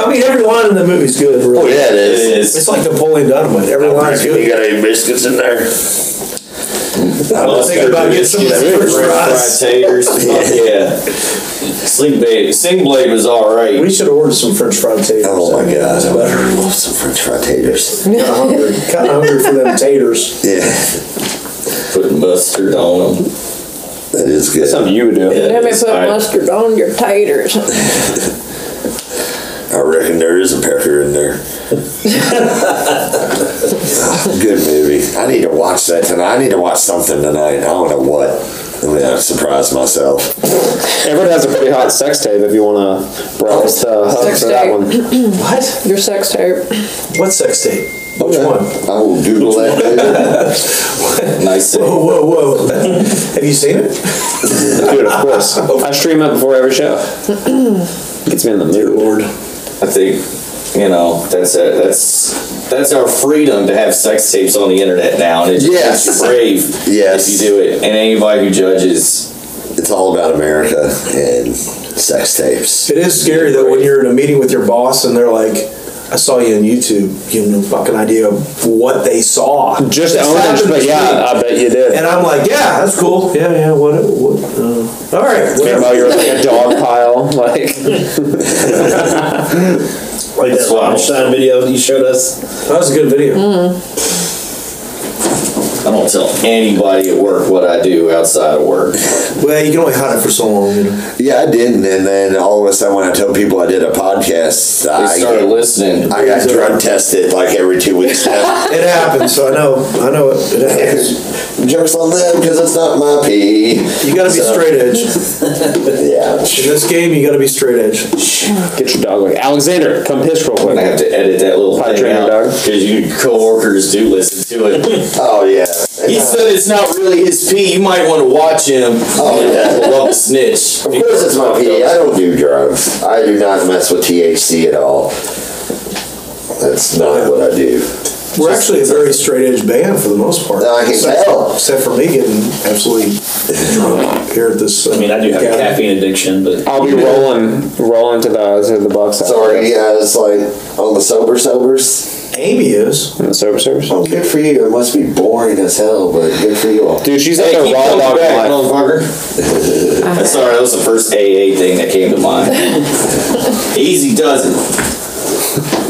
I mean, every line in the movie's good. Oh, Really. yeah, it It is. is. It's like Napoleon Dynamite. Every line's You good. got any biscuits in there? I was thinking about getting some of that French French fries, fries. taters. (laughs) Fuck yeah. Sling Blade, Sing Blade was all right. We should order some French fried taters. Oh my god, I I'm better. love some French fried taters. Kind of hungry. Kind of (laughs) hungry for them taters. Yeah, Putting mustard on them. that is good. Something you would do. Let me It's put all right. mustard on your taters. I reckon there is a pecker in (laughs) there. good movie. I need to watch that tonight. I need to watch something tonight. I don't know what. I mean, I surprised myself. Everett has a pretty hot sex tape if you want to browse the hub Sex for that tape. one. What? Your sex tape. What sex tape? Which Okay. one? I will Google that later. (laughs) Nice. thing. Whoa, whoa, (laughs) whoa. Have you seen it? Dude, of (laughs) course. I stream it before (clears throat) every show. Gets me in the mood. Lord. I think you know that's it. That's that's our freedom to have sex tapes on the internet now, and it's Yes. it's brave Yes. if you do it. And anybody who judges, It's all about America and sex tapes. It is scary though when you're in a meeting with your boss and they're like, I saw you on YouTube. You have no fucking idea of what they saw. Just It's own it, happened but to me. yeah, I bet you did. And I'm like, yeah, that's cool. Yeah, yeah, what? what uh, all right, Meanwhile, whatever. you're like a dog pile. Like, Like That's that wild. Rammstein video you showed us. That was a good video. I don't tell anybody at work what I do outside of work. Well, you can only hide it for so long, you know. Yeah, I didn't, and then all of a sudden when I told people I did a podcast, They I, started listening. I got drug tested like every two (laughs) weeks. (laughs) now. It happens, so I know, I know it. it happens. Jokes on them because it's not my pee. You gotta be So, straight edge. Yeah, In this game, you gotta be straight edge. get your dog like Alexander. Come piss real I quick. have to edit that little Hi, thing trainer out dog. because you coworkers do listen to (laughs) it. Oh yeah. he said it's not really his pee. You might want to watch him. Oh, yeah. love the snitch. Of course it's my pee. I don't do drugs. I do not mess with THC at all. That's not what I do. We're actually a very straight edge band for the most part. I can except, tell. except for me getting absolutely drunk here at this. uh, I mean, I do have gathering. caffeine addiction, but I'll be rolling, rolling to the to the box. Sorry, yeah, it's like on the sober sobers. Amy is. in the server service. Oh, good for you. It must be boring as hell, but good for you all. Dude, she's like a raw dog back, life. motherfucker. I'm sorry, that was the first AA thing that came to (laughs) mind. Easy does it.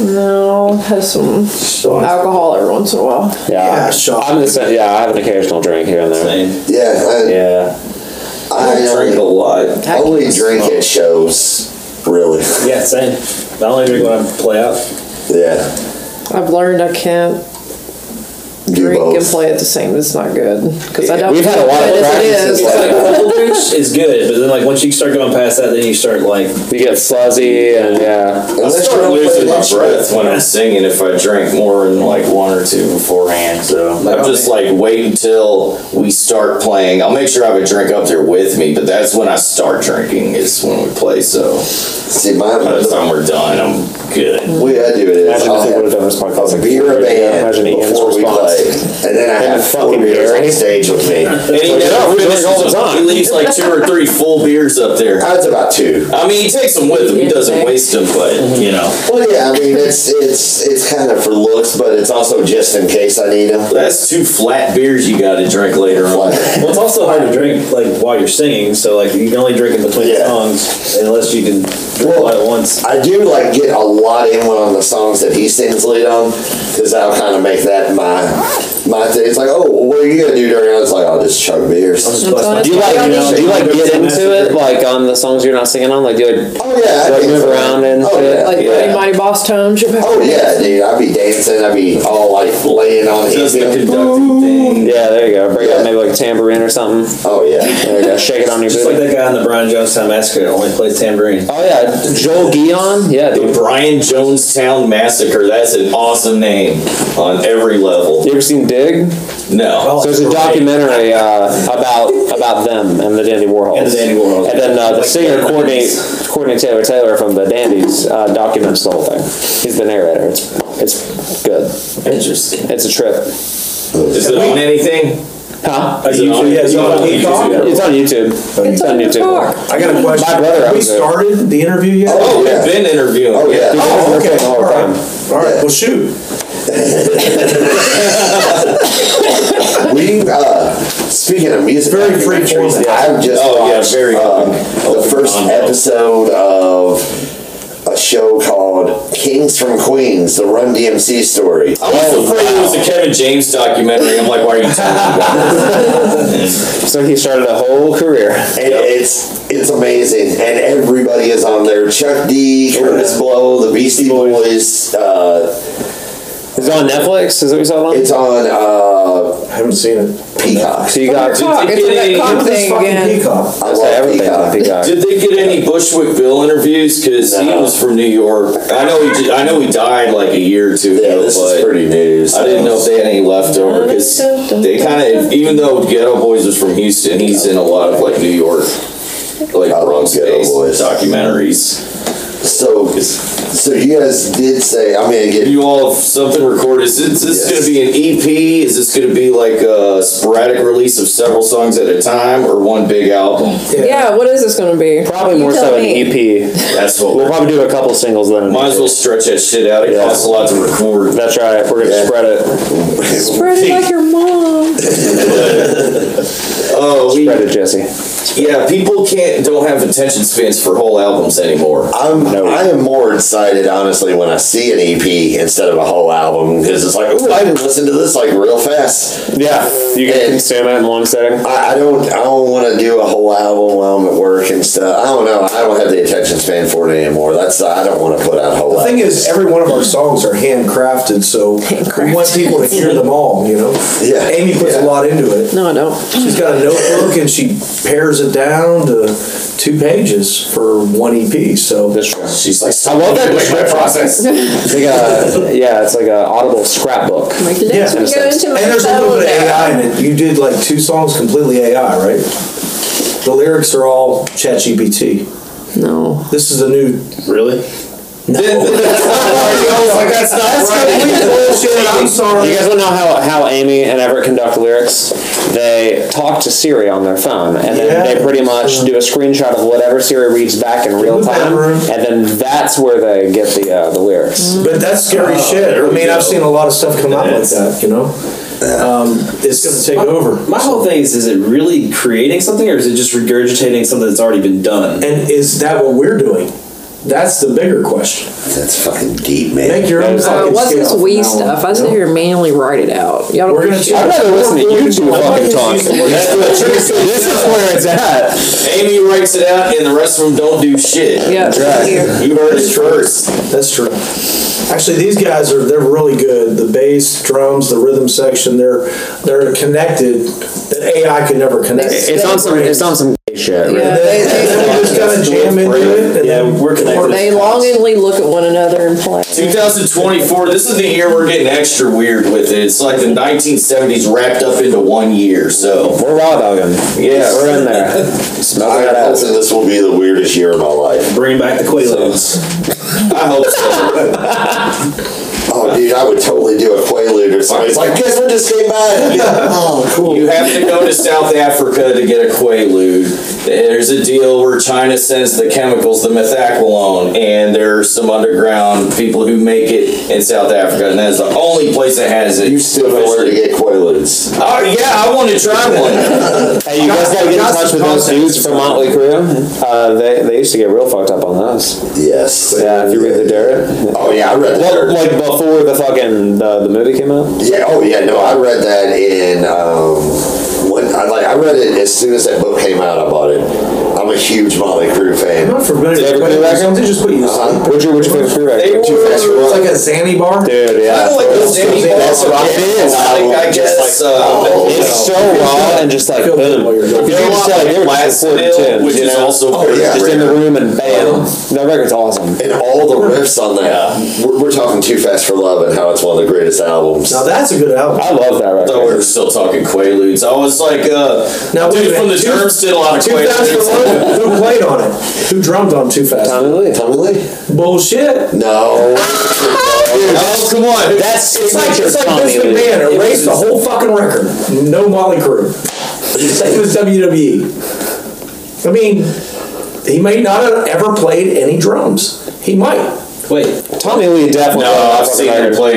No, have some alcohol every once in a while. Yeah, Yeah, shot. I'm the same. Yeah, I have an occasional drink here and there. Man, Yeah, I, Yeah, I, uh, I drink a only, lot. I only can't drink at shows, really. Yeah, same. I only drink when I play out. Yeah, I've learned I can't do drink both. and play at the same. It's not good because I don't. We've had a lot of but as it is, practices It's like a couple drinks is good, but then like once you start going past that, then you start like you get sluzzy and yeah. I Unless start you're losing my playing breath when I'm singing if I drink more than like one or two beforehand. So I'm just like wait until we start playing. I'll make sure I have a drink up there with me, but that's when I start drinking is when we play. So See, my by the time we're done, I'm good. way I do it is Imagine I'll if they would have have done this podcast. a Like beer years ago. band Imagine Ian's before we response. play, and then I And have four fucking beers Gary. on stage with me. And he yeah, never we drink finishes all the them. time. He leaves like two or three full beers up there. That's about two. I mean, he takes them with him. He doesn't waste them, but you know, Well, yeah, I mean it's it's it's kind of for looks, but it's also just in case I need them. that's two flat beers you got to drink later on. well, it's also hard to drink like while you're singing. So like you can only drink in between Yeah. songs unless you can drink a lot at once. I do like get a lot in on the songs that he sings lead on, because that'll kind of make that my my thing. It's like, oh, what are you gonna do during? It's like, I'll just chug beers. Do you like you know, do you like get into it like on the songs you're not singing on? Like do you like oh yeah, I like think move so. around and oh, shit? Yeah, Like yeah. Mighty Mighty Boss tones. you're back. Oh yeah, dude! I'd be dancing. I'd be all like laying on his. Just the hip. conducting thing. Yeah, there you go. Bring Yeah. out maybe like a tambourine or something. Oh yeah, There you go. Shake it on your Just like booty. that guy in the Brian Jonestown Massacre that only plays tambourine. Oh yeah, Joel Guion. Yeah, The dude. Brian Jonestown Massacre. That's an awesome name on every level. You ever seen Dig? Oh, No. So there's a documentary uh, about about them and the Dandy Warhols. And the Dandy Warhols. And then uh, the Like singer the Courtney Dandies. Courtney Taylor Taylor from the Dandies uh, documents the whole thing. He's the narrator. It's it's good. Interesting. It's a trip. Is it on anything? Huh? Is it on Oh, yeah, it's on YouTube? It's on YouTube. It's on the car. I got a question. My brother Have we owns it. started the interview yet? Oh, Yeah. we've been interviewing. oh yeah. Oh, okay. All All the right. time. All right. Well, shoot. We uh, speaking of music, Very free documentaries, format. I've just Oh, yeah, watched very uh, open- the open first convo. episode of a show called Kings from Queens: The Run DMC Story. I was afraid it was a Kevin James documentary. I'm like, why are you (laughs) talking about this? So he started a whole career. And it's it's amazing, and everybody is on there. Chuck D, Curtis Blow, the Beastie Boys. Uh, Is it on Netflix? Is it what you saw it on? it's on uh, I haven't seen it. Peacock. So you got Cock, it's in that cock It's This thing fucking again. peacock. I I say love everything. Peacock. on Peacock. Did they get any Bushwick Bill interviews? Because he No. was from New York. I know he. j- I know he died like a year or two Yeah, ago, this but is pretty news. I didn't know if they had any left over because they kind of, even though Ghetto Boys was from Houston, he's in a lot of like New York, like I love Bronx Ghetto based Boys. documentaries. So, 'Cause so you guys did say I'm gonna get You all have something recorded. Is this, Yes. going to be an EP? Is this going to be like a sporadic release of several songs at a time or one big album? Yeah, what is this going to be? Probably You more tell so an me. EP. That's what We'll we're. probably do a couple singles then. Might as well stretch that shit out. It Yeah. costs a lot to (laughs) record. That's right. We're gonna Yeah. spread it. Spread it like your mom. Oh, we, Spread it, Jesse. yeah. People can't don't have attention spans for whole albums anymore. I'm No. I am more excited honestly when I see an EP instead of a whole album because it's like oh I can listen to this like real fast. Yeah, you And- can consume it in one setting. I, I don't I don't want to do a whole album while I'm at work and stuff. I don't know. I don't have the attention span for it anymore. That's I don't want to put out a whole. The thing album. is, every one of our songs are handcrafted, so we want people to hear them all. You know. Yeah. Amy puts Yeah. a lot into it. No, I don't. She's got a notebook and she pairs it down to two pages for one EP. So She's like, I love that Like my description. process. It's like a, uh, yeah, it's like an audible scrapbook. Like, Yeah. let's go into my and there's a little bit of AI calendar. in it. You did like two songs completely AI, right? The lyrics are all ChatGPT. No. This is a new. Really? Oh, that's not bullshit. I'm sorry. You guys want to know how, how Amy and Everett conduct lyrics? They talk to Siri on their phone, and then Yeah. they pretty much do a screenshot of whatever Siri reads back in real the time, bedroom. and then that that's where they get the uh, the lyrics. But that's scary shit. I mean, I've seen a lot of stuff come out like that, you know? Um, it's going to take over. My whole thing is, is it really creating something or is it just regurgitating something that's already been done? And is that what we're doing? That's the bigger question. That's fucking deep, man. Make your own Uh, fucking what's scale this from now wee on, stuff? I you sit know? here and manually write it out. Y'all We're don't gonna do shit. I'd rather listen to you two fucking talk. This is where it's at. Amy writes it out, and the rest of them don't do shit. Yeah, here. You heard it first. That's true. Actually, these guys are they're really good. The bass, drums, the rhythm section, they're they're connected that AI could never connect. It's on some. It's on some gay shit. Right? Yeah. They, they, (laughs) they just kind of jam into it. And Yeah, then we're connected. They longingly look at one another and play. 2024. This is the year we're getting extra weird with it. It's like the 1970s wrapped up into one year. So We're raw dogging. yeah, We're in there. I Smoking it am out. hoping this will be the weirdest year of my life. Bring back the Quaaludes. I hope so. Oh, dude, I would totally do a Quaalude or something. It's like, guess what just came by? oh, cool. You have to go to South Africa to get a Quaalude. There's a deal where China sends the chemicals, the methaqualone, and there's some underground people who make it in South Africa, and that's the only place that has it. You still know where to get Quaaludes. Oh yeah, I want to try (laughs) one. Hey, you guys gotta get in touch with those dudes from Motley Crue. Uh, they they used to get real fucked up on those. Yes. Yeah, if you read the dirt. Oh, yeah, I read that. Well, like before the fucking the, the movie came out. Yeah. Oh, yeah. No, I read that in um, when I like I read it as soon as that book came out. I bought it. I'm a huge Motley Crue I'm fan. not familiar. Did they ever with do that? Quaaludes. They just put you. asleep. Uh-huh. What's your what's your favorite Crue record? Too fast for It's Love. like a Zanny bar. Dude, I yeah. don't like those anymore. That's what I It is. Like, I guess. Uh, It's so raw and just like feel good boom. while you're going. You can just tell, like, they were just Last recording tunes, which you is know? Oh. also Oh, yeah. just in the room and bam. That record's awesome. And all the riffs on that. We're, we're talking Too Fast for Love and how it's one of the greatest albums. Now that's a good album. I love that I thought we were record. still talking Quaaludes. I was like, uh, Now, wait a dude minute. from the Two- Germs did a lot of 2001. Quaaludes. Who played on it? Who drummed on Too Fast? Tommy Lee. Tommy Lee? Bullshit. No. Oh, come on. That's It's like it's like Tommy Mr. Lee. Man It was erased the just- whole fucking record. No Molly Crew. Same as WWE. E. I mean, he may not have ever played any drums. He might. Wait, Tommy Lee definitely. No, I've seen him play.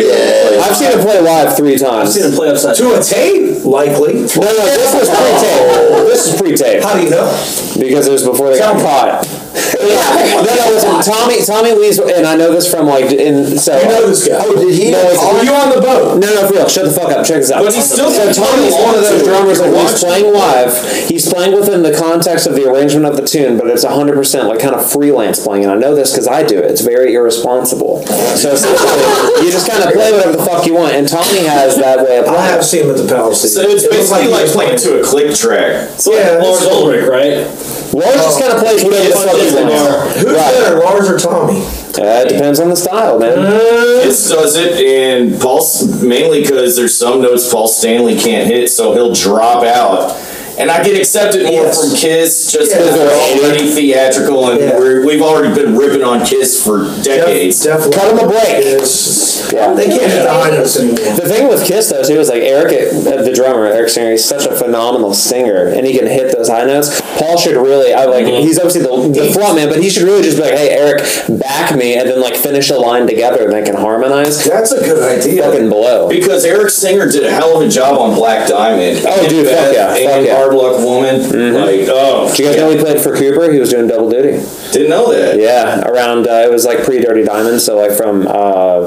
I've seen him play live three times. seen him play upside down. To a tape, likely. No, no, this was pre-tape. This is pre-tape How do you know? because it was before they got (laughs) caught. No, no, listen, Tommy, Tommy Lee's, and I know this from like, in so. You know this guy. Oh, did he? No, Were listen, you on the boat? no, no, for real. Shut the fuck up. Check this out. But he's still- so Tommy's one of those drummers that when he's playing live. He's playing within the context of the arrangement of the tune, but it's hundred percent like kind of freelance playing. And I know this because I do it. It's very irresponsible. So essentially, you just kind of play whatever the fuck you want. And Tommy has that way of playing. I have seen him at the Palace. So it's basically like playing to a click track. It's like Yeah, that's Lars cool. Ulrich, right? Lars just kind of plays whatever the fuck he wants. Who's better, Lars or Tommy? Uh, it depends on the style, man. It does it, and Paul S- mainly because there's some notes Paul Stanley can't hit, so he'll drop out. And I get accepted more Yes. from Kiss just Yeah. because they're already theatrical, and Yeah. we're, we've already been ripping on Kiss for decades. Definitely. Cut him a break. It's- Yeah. They can't hit the high notes anymore. The thing with Kiss though too is like Eric, uh, the drummer, Eric Singer, he's such a phenomenal singer, and he can hit those high notes. Paul should really, I like, he's obviously the, the front man, but he should really just be like, hey, Eric, back me, and then like finish a line together, and they can harmonize. That's a good idea. Fucking blow. Because Eric Singer did a hell of a job on Black Diamond. Oh, dude, fuck yeah, fuck And yeah. Hard Luck Woman. Like, oh, Do you guys know he played for Cooper? He was doing double duty. didn't know that. Yeah, around uh, it was like pre Dirty Diamond, so like from uh,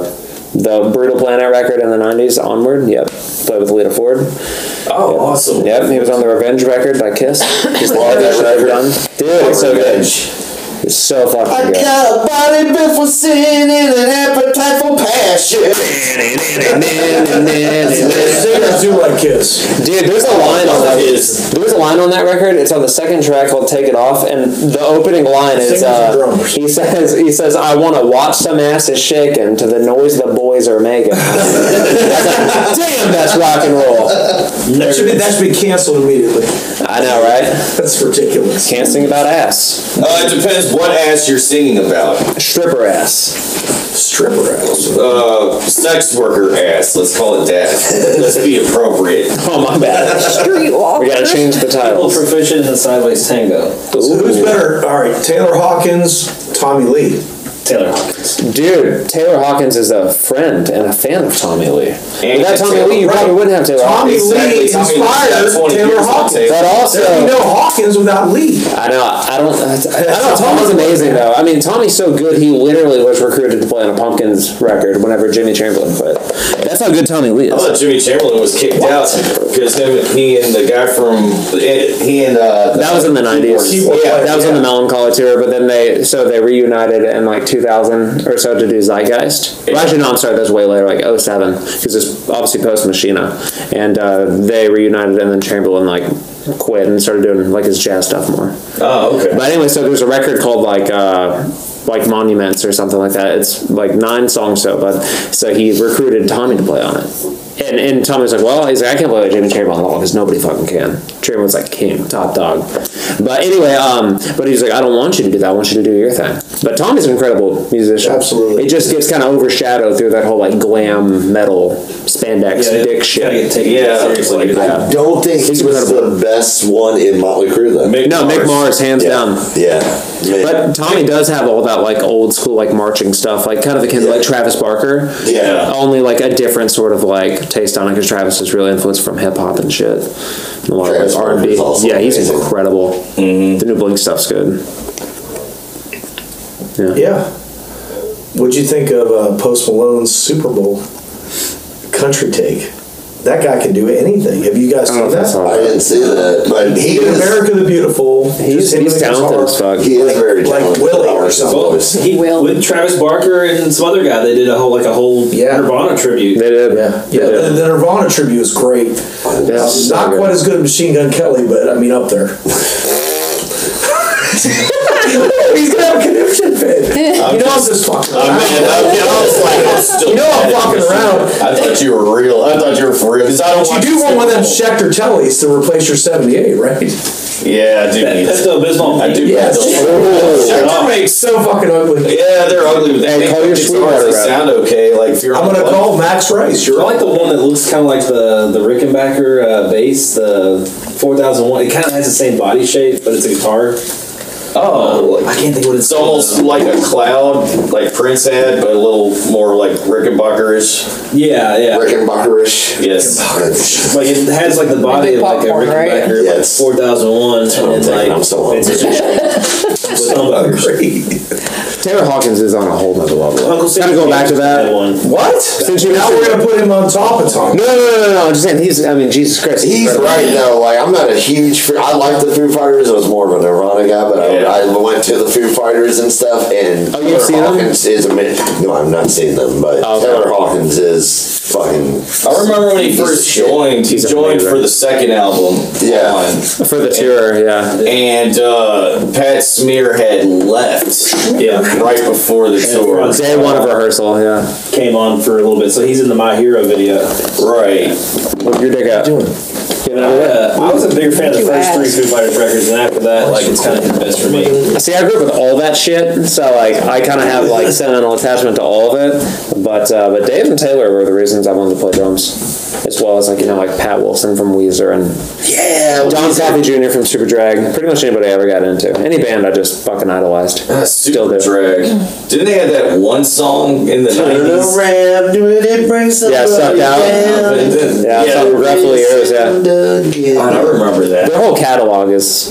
the Brutal Planet record in the '90s onward. Yep, played with Lita Ford. Oh, awesome. Yep, he was on the Revenge record by Kiss. He's love that record. Done. Dude, it's so good. It's so fucking good. got a body built for sin and an appetite for passion. Singers do like Kiss. Dude, there's a line on that. There's a line on that record. It's on the second track called "Take It Off," and the opening line Singers is, and uh, drummers. "He says, he says, I want to watch some asses shaking to the noise the boys are (laughs) making." That's like, Damn, that's rock and roll. That should be, that should be canceled immediately. I know, right? That's ridiculous. Can't sing about ass. Uh, it depends what ass you're singing about. Stripper ass. Stripper ass. Uh, sex worker ass. Let's call it that. (laughs) Let's be appropriate. Oh my bad. Street We gotta change the Well, titles. proficient in the sideways tango. So who's better? All right, Taylor Hawkins, Tommy Lee. Taylor Hawkins. Dude, Taylor Hawkins is a friend and a fan of Tommy Lee. And Without Tommy Lee, you probably wouldn't have Taylor Tommy Hawkins. Lee Exactly. Tommy Lee inspired had 20 Taylor years on Hawkins. tape. But There'd be also, no Hawkins without Lee. I know, I don't, I, I know, Tommy's amazing though. I mean, Tommy's so good, he literally was recruited to play on a Pumpkins record whenever Jimmy Chamberlain quit. That's how good Tommy Lee I is. thought Jimmy Chamberlain was kicked out because him, he and the guy from he and uh, That was in the nineties. Keyboard player, that was on the Melancholy tour. But then they so they reunited in like two thousand or so to do Zeitgeist. Well, actually, no, I'm sorry, that was way later, like 07, because it's obviously post Machina, and uh, they reunited, and then Chamberlain like quit and started doing like his jazz stuff more. oh okay. But anyway, so there's a record called like uh, like Monuments or something like that. It's like nine songs so, but so he recruited Tommy to play on it. And, and Tommy's like, well, he's like, I can't play with Jimmy Chamberlain at all because nobody fucking can. Chamberlain's like king, top dog. But anyway, um, but he's like, I don't want you to do that. I want you to do your thing. But Tommy's an incredible musician. Absolutely. It just gets kind of overshadowed through that whole like glam metal spandex Yeah, dick gotta get shit. taken Yeah, seriously. like that. I don't think he was the best one in Motley Crue though. No, Mick Mars, hands yeah. down. Yeah. But Tommy does have all that like old school like marching stuff, like kind of akin to like Travis Barker. Yeah. Only like a different sort of like taste on it because Travis is really influenced from hip hop and shit. And a lot Travis of R and Barker's B. also Yeah, he's amazing. Mm-hmm. incredible. The new Blink stuff's good. Yeah. What'd you think of uh, Post Malone's Super Bowl country take? That guy can do anything. Have you guys I don't know seen if that's Oh, that? I all. didn't see that, but he In is America the Beautiful. He's, just him he's and the talented guitar. as fuck. he is very Like talented. Willie or Ours is something. always- He, Will. with Travis Barker and some other guy, they did a whole like a whole Yeah. Nirvana tribute. They did. Yeah, They yeah. did. The, the Nirvana tribute is great. Yeah. Not quite as good as Machine Gun Kelly, but I mean up there. He's gonna have a conniption fit. you know I'm just fucking I, around. mean, I, I was like, I'm still You know I'm mad at fucking you. around. I thought you were real. I thought you were for real. 'cause I don't But watch you do the want one of them Super Schecter Tellys to replace your 78, right? Bowl. (laughs) Yeah, I do. That need it. Pepto Bismol. I do. Yes. Shut Schecter up. makes so fucking ugly. Yeah, they're ugly. But they Hey, make call your good sweetheart guitars. around. They sound okay. Like if you're I'm on gonna one- call Max Rice. I You're like the one that looks kind of like the the Rickenbacker uh, bass, the 4001. It kind of has the same body shape, but it's a guitar. Um, Oh, I can't think what It's it's almost like a cloud, like Prince had, but a little more like Rickenbackerish. Yeah, yeah. Rickenbackerish. Yes. That's- Like it has like the body of like a Popcorn, right? Rickenbacker, Yeah, like it's- 4001, and what I'm then thinking. like I'm so it's hungry. with humbuckers. great. Taylor Hawkins is on a whole nother level. Uncle Gotta go back to that. one. What? Since you- now we're gonna put him on top of Tom. No, no, no, no, no. I'm just saying he's. I mean, Jesus Christ. He's incredible. right though. Like I'm not a huge. Foo- I like the Foo Fighters. I was more of a Nirvana guy, but Yeah. I, I went to the Foo Fighters and stuff. And Oh, you've seen them? Hawkins is amazing. No, I've not seen them, but Oh, okay. Taylor Hawkins is fucking. I remember when he first joined. He He's joined amazing. for the second album. Yeah. on, for the tour. Yeah. and uh, Pat Smear had left. Yeah, right before the tour. Front. Day one of rehearsal. Yeah. Came on for a little bit, so he's in the My Hero video. Right. Look your dick out. Uh, I was a bigger fan of the You first three asked. Foo Fighters records, and after that, like it's kind of the best for me. See, I grew up with all that shit, so like I kind of have like sentimental attachment to all of it. But uh, but Dave and Taylor were the reasons I wanted to play drums, as well as like you know like Pat Wilson from Weezer and Yeah, Don Coffey Jr. from Super Drag. Pretty much anybody I ever got into. Any band I just fucking idolized. Still Uh, Super do. Ah, drag. Didn't they have that one song in the nineties? around, do it, it brings Yeah, sucked out. Yeah, yeah roughly years. Yeah, I Yeah. don't remember that. their whole catalog is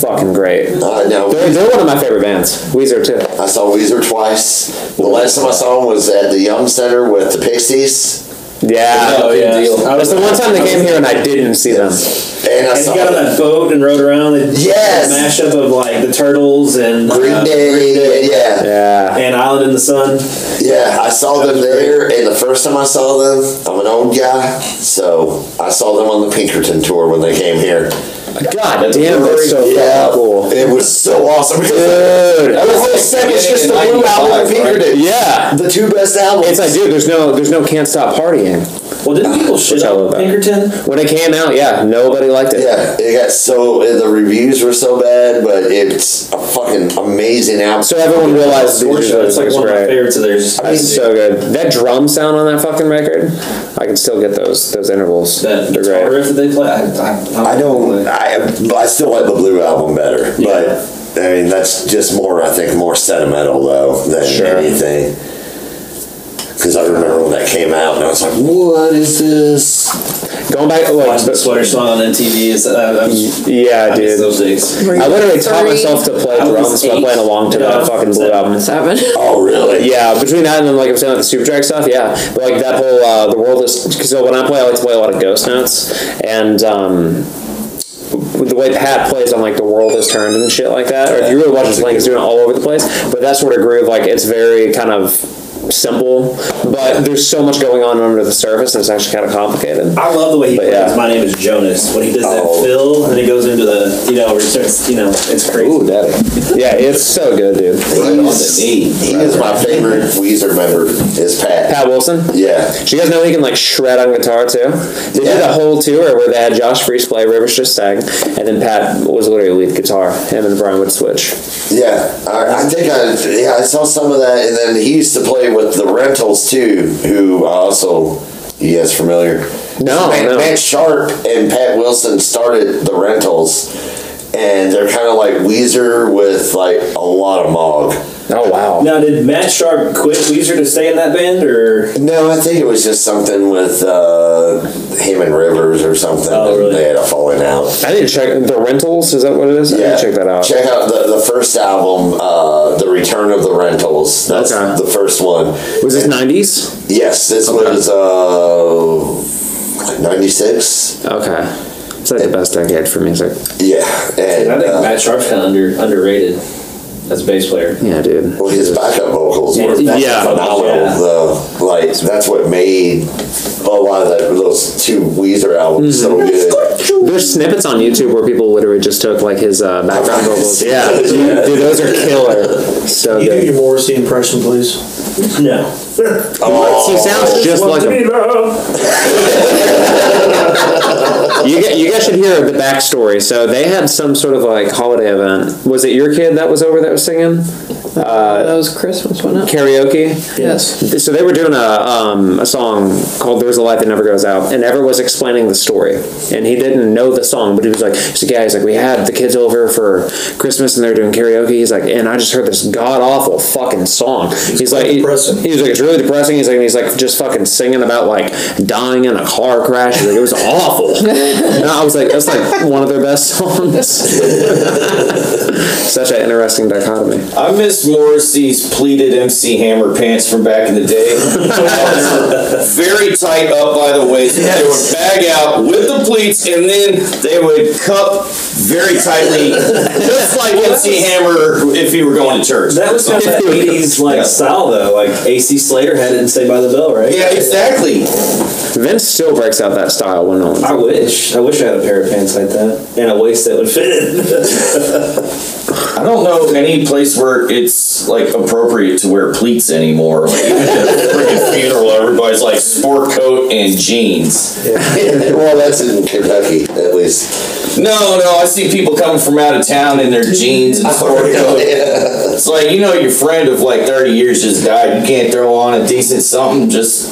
fucking great. Uh, no, They're, they're one of my favorite bands. Weezer too. I saw Weezer twice. The last time I saw him was at the Young Center with the Pixies, Yeah. Oh, yeah. That's the one time they came here and I didn't see them. and I And he saw got on that boat and rode around. And Yes. mashup of like the Turtles and Green uh, Day. Yeah, Yeah. and Island in the Sun. Yeah, I saw them there, and the first time I saw them, I'm an old guy, so I saw them on the Pinkerton tour when they came here. God damn, that's so yeah, fucking cool. it was so awesome because Dude. that was like set was just the blue album of Pinkerton. Yeah. The two best albums. It's like, dude, there's no, there's no can't stop partying. Well, didn't people Which shit I on love that. Pinkerton? When it came out, yeah, nobody liked it. yeah, it got so and the reviews were so bad, but it's a fucking amazing album. So everyone realized that Worship, it's It's like one of my great. favorites of theirs. That's so good. That drum sound on that fucking record, I can still get those those intervals. that They're guitar great. riff that they play. I, I, I don't. I I still like the blue album better, but I mean that's just more. I think more sentimental though than Sure. anything. Because I remember when that came out, and I was like, "What is this?" Going back, like, Watch the sweater song on MTV. Is, uh, I'm just- yeah, I miss dude. those days. Were you I literally taught three? myself to play I the was Robin Sweat eight. playing along to Yeah. that fucking blue album. Seven. Oh, really? Yeah, between that and then like I'm saying, like the super track stuff. Yeah, but like that whole uh, the world is. So when I play, I like to play a lot of ghost notes, and um, with the way Pat plays on like the world is turned and shit like that. Or if you really watch his playing, he's doing it all over the place. But that sort of groove, like it's very kind of simple, but there's so much going on under the surface, and it's actually kind of complicated. I love the way he But plays. yeah. My name is Jonas. When he does Oh. that fill, and then he goes into the, you know, where he starts, you know, it's crazy. Ooh, daddy. Yeah, it's so good, dude. Right on the He's- knee. He is my favorite Weezer member. Is Pat? Pat Wilson. Yeah. Do you guys know he can like shred on guitar too? They did Yeah. a whole tour where they had Josh Freese play, Rivers just sang, and then Pat was literally lead guitar. Him and Brian would switch. Yeah, I, I think I yeah I saw some of that, and then he used to play with the Rentals too, who I also you guys familiar? No, Matt, no. Matt Sharp and Pat Wilson started the Rentals, and they're kind of like Weezer with like a lot of Mog. Oh wow! Now, did Matt Sharp quit Weezer to stay in that band, or No, I think it was just something with uh, him and Rivers or something. Oh, really? They had a falling out. I need to check the rentals. Is that what it is? I need to check that out. Check out the, the first album, uh, The Return of the Rentals. That's Okay. the first one. Was this '90s? Yes, this was uh, '96. Okay, it's like the best decade for music. Yeah, and I think uh, Matt Sharp's kind of under underrated as a bass player. Yeah, dude. well, his backup vocals were Yeah. Yeah. phenomenal. Yeah. Though, like that's what made oh, a lot of that, those two Weezer albums so Mm-hmm. good. (laughs) There's snippets on YouTube where people literally just took like his uh, background vocals. Yeah, dude, dude, those are killer. So You do good. your Morrissey impression, please. No. Oh. He sounds just like him. You guys, you guys should hear the backstory. So they had some sort of like holiday event. Was it your kid that was over that was singing that was Christmas, wasn't it? karaoke? Yes. So they were doing a um, a song called "There's a Light That Never Goes Out," and Ever was explaining the story, and he didn't know the song, but he was like, "So guys, like we had the kids over for Christmas, and they were doing karaoke." He's like, "And I just heard this god awful fucking song." He's like, depressing. He, was like, "It's really depressing." He's like, and "He's like just fucking singing about like dying in a car crash." He's like, "It was awful." and I was like, "That's like one of their best songs." (laughs) Such an interesting dichotomy. I miss Morrissey's pleated MC Hammer pants from back in the day. Very tight up by the waist. They would bag out with the pleats, and then they would cup very tightly, just like MC Hammer if he were going to church. That was kind of that 80s like Yeah. style though. Like AC Slater had it in Saved by the Bell, right? yeah, exactly. Vince still breaks out that style when no one. I wish. I wish I had a pair of pants like that and a waist that would fit it. I don't know of any place where it's like appropriate to wear pleats anymore. Like, even at a freaking funeral, everybody's like sport coat and jeans. well, that's in Kentucky, at least. No, no, I see people coming from out of town in their jeans and sport (laughs) coat. It's like you know your friend of like thirty years just died. You can't throw on a decent something. Just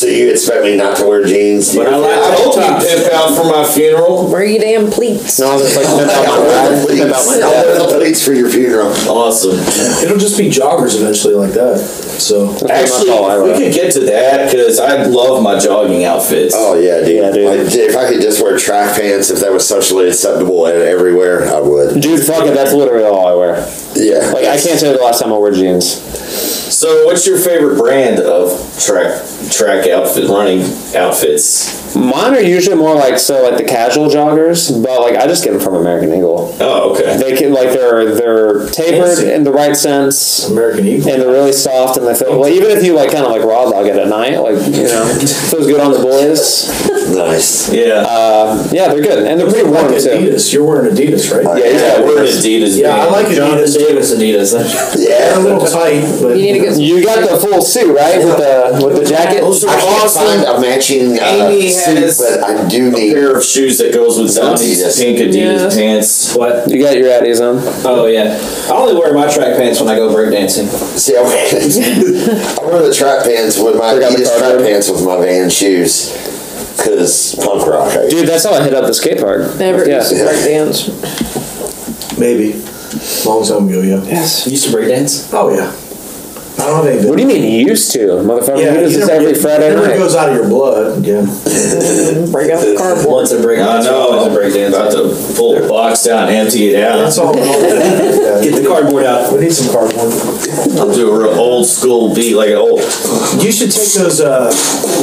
So you expect me not to wear jeans? I (laughs) hope you pimp out for my funeral. Where you damn pleats? No, I was just like, "Pimp out my ride, pimp out my I'll wear the pleats for your funeral. Awesome. It'll just be joggers eventually, like that. So Actually, all I if wear. we could get to that because I love my jogging outfits. Oh yeah, dude. Yeah, dude. Like, if I could just wear track pants, if that was socially acceptable and everywhere, I would. Dude, fuck it. That's literally all I wear. Yeah. Like, I can't tell you the last time I wore jeans. So, what's your favorite brand of track track outfit running outfits? Mine are usually more like so like the casual joggers, but like I just get them from American Eagle. Oh, okay. They can like they're they're tapered Fancy. in the right sense. American Eagle. And they're really soft, and they feel well. Even if you like kind of like raw dog it at night, like you know, feels good on the boys. (laughs) Um, Nice. Yeah. Uh, Yeah, they're good, and they're pretty warm too. Adidas. You're wearing Adidas, right? yeah, yeah. We're an Adidas. Yeah, band. I like Adidas. Davis Adidas. They're a Yeah. little tight, but You need to get. You got the full suit, right? With the with the jacket. Those are I can't awesome. find a matching uh, Amy suit, has but I do a (laughs) need. pair of shoes that goes with Donnie's Adidas. pink Adidas Yeah. pants. What? You got your Adidas on. Oh yeah. I only wear my track pants when I go breakdancing. See, I wear, (laughs) I wear the track pants with my Forgot the Adidas card track over. pants with my van shoes, cause punk rock. I Dude, that's how I hit up the skate park. Never yeah. used to break dance. maybe. Long time ago, yeah. Yes. You used to breakdance? Oh yeah. I Sonic. What do you mean used to, motherfucker? Yeah, he does you this never every get- Friday it never night. goes out of your blood. Yeah. break out the cardboard. Once a break, I dance, know. always a break dance. About to pull the box down, empty it out. (laughs) That's all. we all- yeah. Get the cardboard out. We need some cardboard. I'll do a real old school beat, like an old. You should take those uh,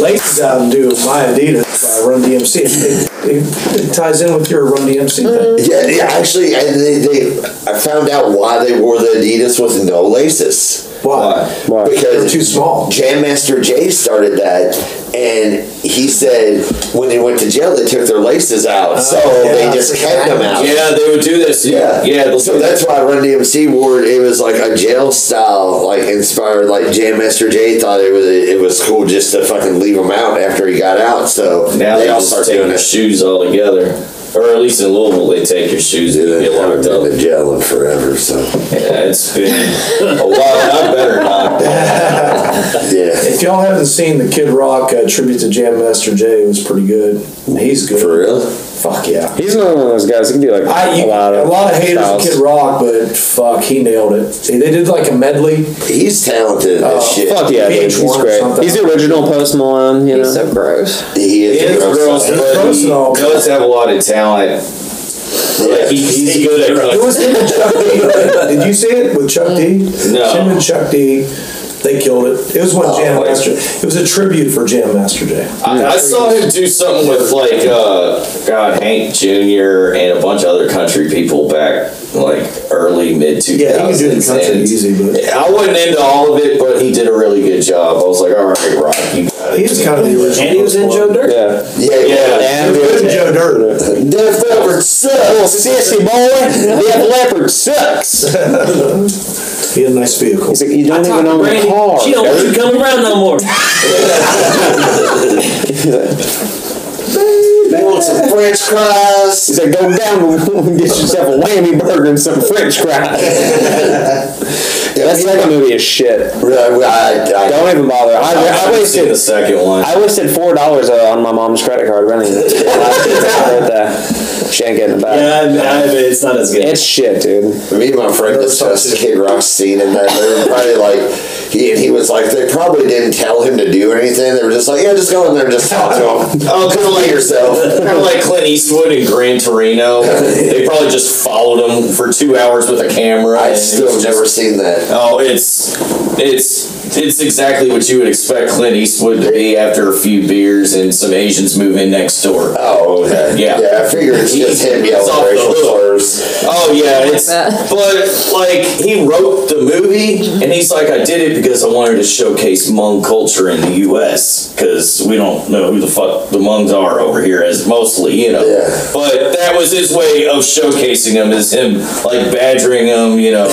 laces out and do my Adidas by Run DMC. It, it, it ties in with your Run DMC Mm-hmm. thing. Yeah, yeah actually, I, they, they, I found out why they wore the Adidas with no laces. Why? Why? They're Because too small. Jam Master Jay started that, and he said when they went to jail, they took their laces out, so yeah, they I just forgot. kept them out. Oh, Yeah, they would do this. Yeah, Yeah, yeah. they'll So do that's why Run DMC wore it. It was like a jail style, like inspired. Like Jam Master Jay thought it was it was cool just to fucking leave him out after he got out. So Now they they all just start take doing your it. shoes all together, or at least in Louisville they take your shoes and you get I've locked been up. in jail in forever, so Yeah, it's been (laughs) a while. I better not. yeah, If y'all haven't seen the Kid Rock uh, tribute to Jam Master Jay, it was pretty good. He's good. for real. Fuck yeah. He's another one of those guys. He can do like I, you, a lot of haters of styles. Kid Rock, but fuck, he nailed it. See, they did like a medley. He's talented as Oh, shit. Fuck yeah, dude, VH1 he's or great. something. He's the original Post Malone. You know, He's so gross. He is. He is a gross gross, son. but he does have a lot of talent. Like he, he's good at It was him and Chuck (laughs) D. Did you see it with Chuck D? No. Him and Chuck D. They killed it. It was Oh, one Jam wait. Master. It was a tribute for Jam Master Jay. I, I saw him do something with like uh, God Hank Jr. and a bunch of other country people back like early mid two Yeah, he thousands. can do the country easy, but I wasn't into all of it, but he did a really good job. I was like, all right, Rock, you got it. he's kind of the original. And he was in Joe Dirt. yeah. Yeah, Yeah. yeah. He was in Joe Dirt. Def Leppard sucks, little sissy boy. Def Leppard sucks. He had a nice vehicle. He's like, you don't even own a Brandy, car. she don't want you coming around no more. You want some French fries? He's like, go down (laughs) and get yourself a whammy burger and some French fries. That second movie is shit. Really, I, I, Don't even bother. I, I I haven't seen the wasted. second one. I wasted four dollars uh, on my mom's credit card (laughs) running. it. Right there. she ain't getting it back. Yeah, I, I, it's not as good. It's shit, dude. Me and my friend discussed Kid Rock's scene in that. They were probably like, he, and he was like, they probably didn't tell him to do anything. They were just like, yeah, just go in there and just talk to him. (laughs) Oh, kind of Play like (laughs) yourself. kind of like Clint Eastwood and Gran Torino. They probably just followed him for two hours with a camera. and I've it still was never just- seen that. Oh, it's it's it's exactly what you would expect Clint Eastwood to be after a few beers and some Asians move in next door. Oh, okay. Yeah. Yeah, I figured it's just him yelling It's off the racial hook. slurs. Oh yeah, it's that. but like he wrote the movie and he's like, I did it because I wanted to showcase Hmong culture in the U.S. because we don't know who the fuck the Hmongs are over here as mostly, you know. Yeah. But that was his way of showcasing them is him like badgering them, you know,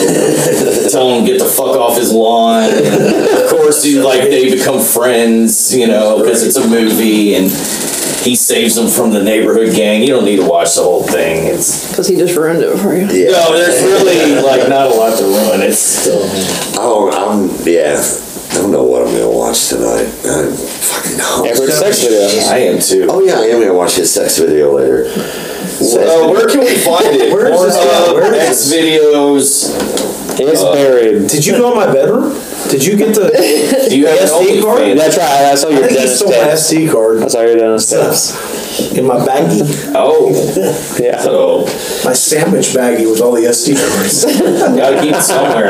telling him get the fuck off his lawn. And of course, he, like they become friends, you know, because it's a movie and. He saves them from the neighborhood gang. You don't need to watch the whole thing. It's Because he just ruined it for you. Yeah. no, there's really like not a lot to ruin. It's still Oh, I'm, yeah. I don't know what I'm going to watch tonight. I'm fucking Edward hungry. sex video. I am too. Oh, yeah, I am going to watch his sex video later. So, uh, where can we find it? Where is this Pornhub, at? Where is X videos. It's buried. Did you go in my bedroom? Did you get (laughs) the? Do you have an SD card? OnlyFans? That's right. I saw your I think he dentist stole my tips. SD card I saw your dentist tips. in my baggie, Oh, Yeah. so my sandwich baggie with all the SD cards. gotta keep it somewhere.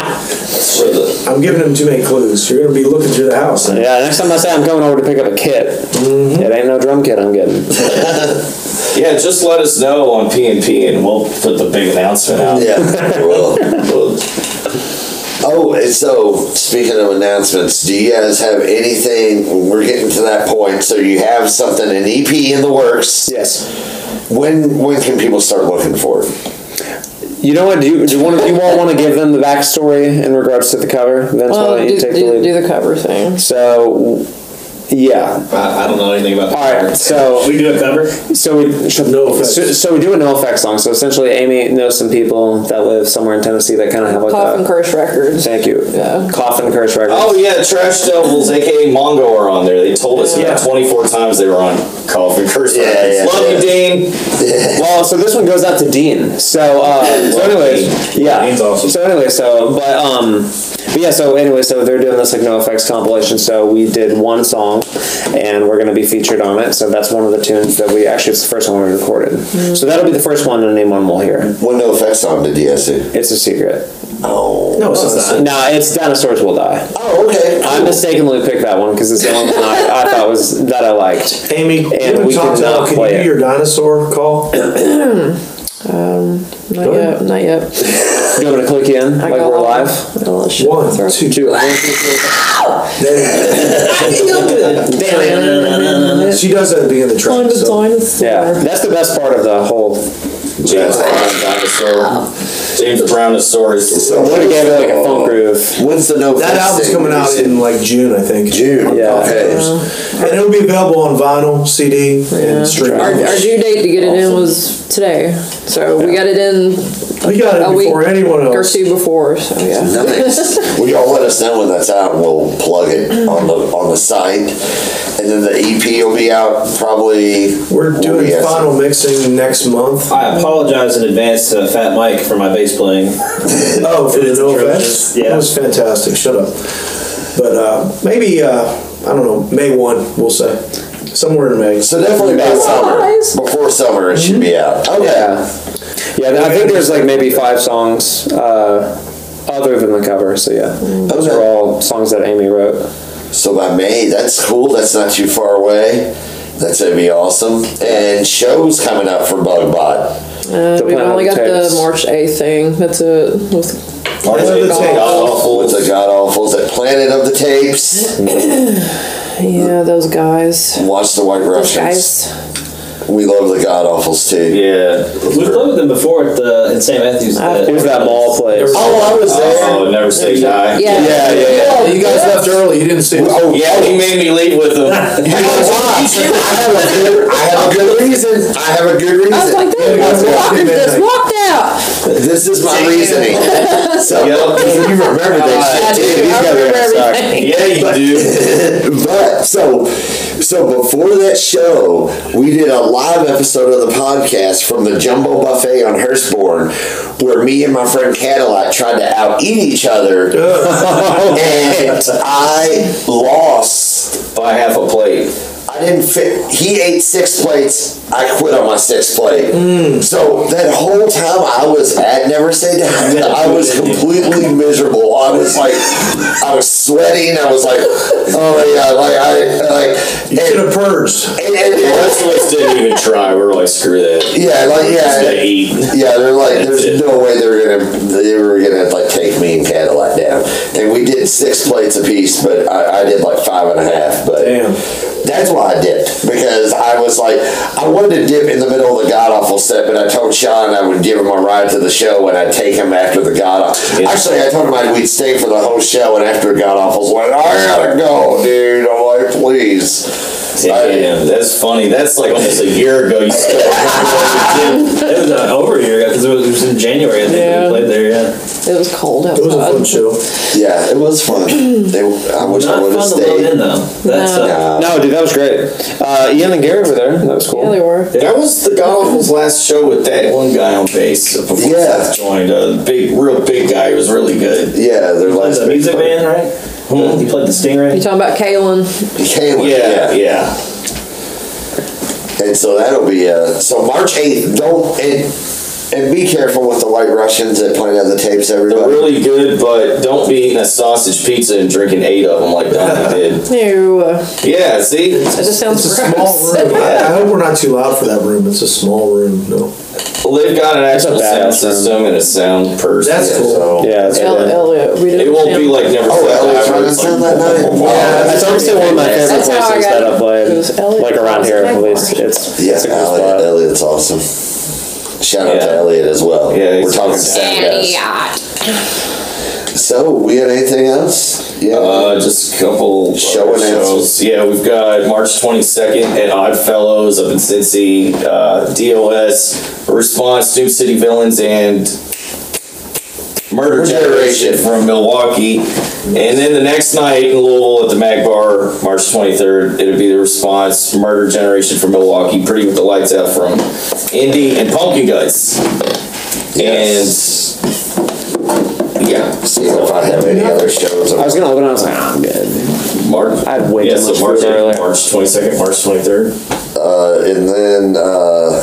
That's where the- I'm giving him too many clues. You're gonna be looking through the house. Yeah, next time I say I'm coming over to pick up a kit, Mm-hmm. it ain't no drum kit I'm getting. yeah, just let us know on PNP and we'll put the big announcement out. Yeah, well. We'll- Oh, and so speaking of announcements, do you guys have anything? We're getting to that point, so you have something an EP in the works. Yes. When when can people start looking for it? You know what? Do you, do you, want, you all want to give them the backstory in regards to the cover? Vince, why Well, don't Uh, do, you take the do, lead? do the cover thing. So, Yeah. I, I don't know anything about the All right. So We do a cover? So we No effects. so, so we do a no effect song. So essentially, Amy knows some people that live somewhere in Tennessee that kind of have like Cough and that. Curse Records. Thank you. Yeah. Coffin curse record. Oh yeah, Trash Devils, aka Mongo, are on there. They told us Yeah. about 24 times they were on Call for Curse. Yeah, Records. yeah, Love yeah. you, Dean. Well, so this one goes out to Dean. So, uh, so anyways, Dean. yeah. Dean's awesome. So anyway, so but um, but yeah. So anyway, so they're doing this like No Effects compilation. So we did one song, and we're gonna be featured on it. So that's one of the tunes that we actually it's the first one we recorded. Mm-hmm. So that'll be the first one, and anyone will hear. What no effects song did you guys do? It's a secret. Oh. No, it's not. No, it's dinosaurs will die. Oh, okay. I mistakenly picked that one because it's the only one I, I thought was that I liked. Amy, you haven't we talked did not about, can play you it. do your dinosaur call? Not yet. Not yet. You want me to click in I like got we're all- live? I got all that shit One, to throw. two. Two. She does that at the beginning of the Find track. the So. sign, it's Yeah, there. that's the best part of the whole. James Brown dinosaur. James Brownosaurus. So what We gave it like a oh, funk groove. When's the no That effects album's thing coming out released? in Uh-huh. like June, I think. June. Yeah. Okay. And it'll be available on vinyl, CD, and streaming. Our, our due date to get it in was today, so we got it in we got it a week before anyone or else. two before. So yeah, Nice. well, y'all let us know when that's out. and We'll plug it on the on the site, and then the EP will be out probably. We're what doing we asked- final mixing next month. I apologize in advance to Fat Mike for my bass playing. Oh, for the It's no atrocious. effects? Yeah. That was fantastic. Shut up. But uh, maybe, uh, I don't know, May 1, we'll say. Somewhere in May. So definitely by summer. Guys. Before summer, it should be out. Okay. Yeah, yeah. I think there's like maybe five songs uh, other than the cover. So yeah, those are all songs that Amy wrote. So by May, that's cool. That's not too far away. That's gonna be awesome. And shows coming up for Bugbot. uh, The we've plan only got the takes- March eighth thing. That's it. With- March Planet of the 8th, God Tapes. awful. What's a god awful? Is it Planet of the Tapes? yeah, those guys. Watch the White Those Russians. guys. We love the god awfuls too. Yeah. We played with them before at the in St. Matthews. I've- Here's that mall place. Oh, I was Oh, never say die. Yeah. Yeah, yeah, yeah. Oh, you guys left early. You didn't see it. Oh, Yeah, he made me leave with them. (laughs) I have a good, I have a good reason. I have a good reason. I was like, they just walked, they just walked out. this is my reasoning. So Yep. you remember that God, shit, dude. These I remember guys are gonna everything. Yeah, you do. suck. But so, so before that show, we did a live episode of the podcast from the Jumbo Buffet on Hurstbourne, where me and my friend Cadillac tried to out eat each other, and I lost. Buy half a plate. I didn't fit. He ate six plates. I quit on my sixth plate. Mm. So that whole time I was at Never Say (laughs) Die, I was completely miserable. I was like, I was sweating. I was like, oh my god, like I like, You should and, have purged. and, and, The and- rest of us didn't even try. We were like, screw that. yeah, like Just gotta yeah, eat. yeah. They're like, That's there's it. no way they're gonna they were gonna like take me and Cadillac down. And we did six plates apiece, but I, I did like five and a half. But Damn. That's why I dipped because I was like, I wanted to dip in the middle of the god awful set, but I told Sean I would give him a ride to the show and I'd take him after the god awful. Actually, I told him I we'd stay for the whole show, and after god awful's like, I gotta go, dude. I'm like, please. Damn, that's funny. That's like almost a year ago. You still It was uh, over a year ago because it was, it was in January. I think Yeah. we played there. Yeah. It was cold It was a outside. fun show. Yeah, it was fun. They, I wish I Not would have fun to load in stayed. though. That's No. uh, No, dude, that was great. Uh, Ian and Gary were there. That was cool. Yeah, they were. That was the God Awful's last show with that one guy on bass before Yeah. Seth joined. A big, real big guy. He was really good. Hmm? Yeah, they're like that's a music band, right? You played the Stingray. You talking about Kalen? Caleb, Yeah, yeah. yeah. And so that'll be uh, so March eighth. Don't and and be careful with the White Russians at Planet of the Tapes. They're Everybody. really good, but don't be eating a sausage pizza and drinking eight of them like (laughs) Donnie did. No, Yeah, see? that just uh, sounds It's a (laughs) gross. small room. I, I hope we're not too loud for that room. It's a small room. No. Well, they've got an actual sound badass room. system and a sound person. That's cool. so- Yeah, that's El- good. Elliot, we didn't It won't be like plan- never. Oh, Say Die, Elliot's where running it's like- sound that night. Yeah. That's honestly one of my favorite That's how I places got that it. I've It was played, Elliot like around here at Jaguar. least. It's Yeah, it's a good Elliot, spot. Elliot's awesome. Shout out to Yeah. Elliot as well. Yeah, he's we're talking awesome. sound guys. So we had anything else? Yeah. Uh, just a couple Show other and shows. Yeah, we've got March 22nd at Odd Fellows up in Cincy. Uh, DOS, Response, Snoop City Villains, and Murder Generation from Milwaukee. And then the next night in Louisville at the Mag Bar, March 23rd, it'll be the Response, Murder Generation from Milwaukee, Pretty with the Lights Out from Indy, and Pumpkin Guts. And yeah, See if I have any other shows. I was gonna look and I was like, ah, I'm good. March. I had way yeah, too so much March, food earlier. March 22nd, March 23rd. Uh, and then, uh,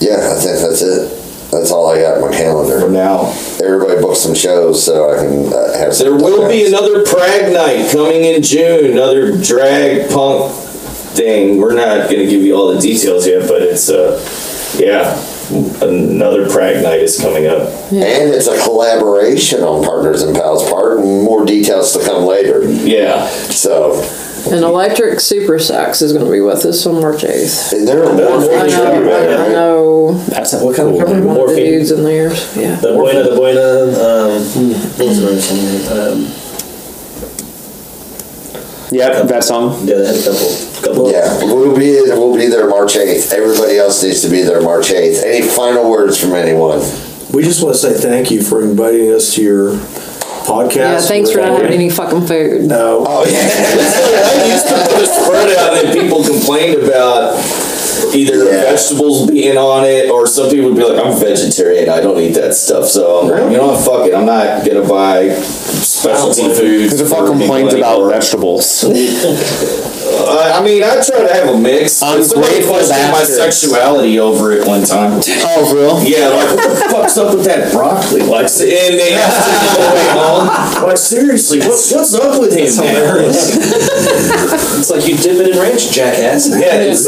yeah, I think that's it. That's all I got in my calendar. for now. Everybody book some shows so I can uh, have. There some will be plans. another Prag night coming in June, another drag punk thing. We're not going to give you all the details yet, but it's, uh, yeah, another Prag night is coming up. And it's a collaboration on Partners in Pals Part, and more details to come later. Yeah. So, And Electric Super Sax is going to be with us on March 8th. and they're a wonderful I know, tribute band, I right? know. That's what kind Every one of the Morphine. dudes in there. Yeah. The Buena, the Buena, um, what was the other song? Um, Yep, that song. yeah, they had a couple, couple. Yeah, we'll be we'll be there March eighth. Everybody else needs to be there March eighth. Any final words from anyone? We just want to say thank you for inviting us to your podcast. Yeah, thanks for not having any fucking food. No, Oh yeah, I used to put a spread out and then people complained about either Yeah. vegetables being on it or some people would be like, I'm vegetarian, I don't eat that stuff. So I'm like, you know what, fuck it, I'm not going to buy specialty food. There's a for fuck complaints people about anymore. vegetables. (laughs) Uh, I mean, I try to have a mix. Somebody Ungrateful questioned my bastards. sexuality over it one time. oh, real? Yeah, like what the fuck's up with that broccoli? Like, s- and they asked him the whole way home. Like, seriously, what, what's up with him, man? It's like you dip it in ranch, jackass. (laughs) Yeah, it's,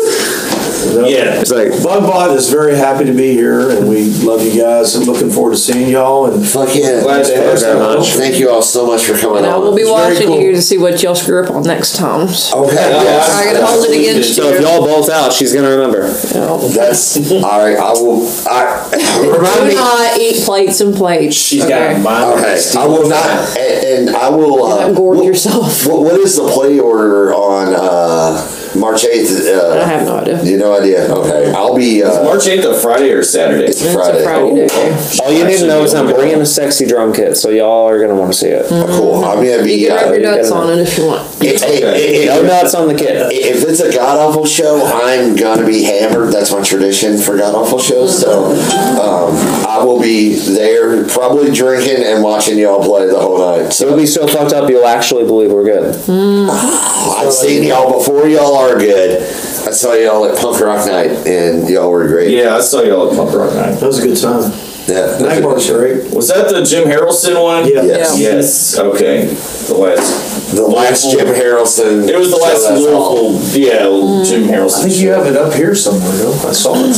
yeah. It's like, Bugbot is very happy to be here, and we love you guys. And looking forward to seeing y'all. And fuck yeah! Glad to have you. very much. Thank you all so much for coming And I on. will be It's very watching cool. Oh, you to see what y'all screw up on next time. So Okay, yes. I gotta hold it against So if you. y'all both out, she's gonna remember. That's all right. I will. I remind Do me. not eat plates and plates. She's got a mind. Okay, I will not, and, and I will. Do Uh, not gorge what- yourself. what, what is the play order on uh, March eighth? I Uh, have no idea. you no idea. Okay, I'll be. Uh, March 8th, a Friday or Saturday? it's It's Friday. a Friday day. All you need to know is I'm bringing a sexy drum kit, so y'all are gonna want to see it. Mm. Oh, Cool. I'm gonna be. You can uh, rub your gotta nuts know. on it if you want. Hey, hey, hey, No hey, nuts on the kit. If it's a god awful show, I'm gonna be hammered. That's my tradition for god awful shows. So um, I will be there, probably drinking and watching y'all play the whole night. So It'll be so fucked up you'll actually believe we're good. I've seen y'all before. Y'all are good. I saw y'all at Punk Rock Night, and y'all were great. Yeah, I saw y'all at Punk Rock Night. that was a good time. Yeah. Night March, right? Was that the Jim Harrelson one? Yeah. Yes. Yeah. Yes. Okay. The last. The last Jim Harrelson. It was the show, last that's all. Louisville. Yeah, Jim Harrelson. I think you have it up here somewhere. No, I saw it.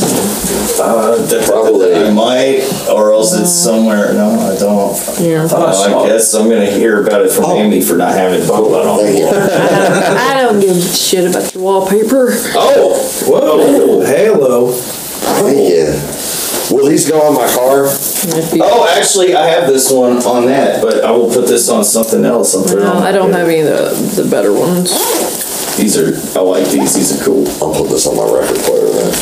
Uh, Probably. I might, or else it's somewhere. No, I don't. Yeah. Oh, I guess I'm gonna hear about it from Amy for not having Boba on. Thank you. I don't give a shit about your wallpaper. Oh, Whoa! Halo. Thank you. Will these go on my car? If you- oh, actually, I have this one on that, but I will put this on something else. I'll put it No, on- I don't have any of the, the better ones. These are. I like these. These are cool. I'll put this on my record player then.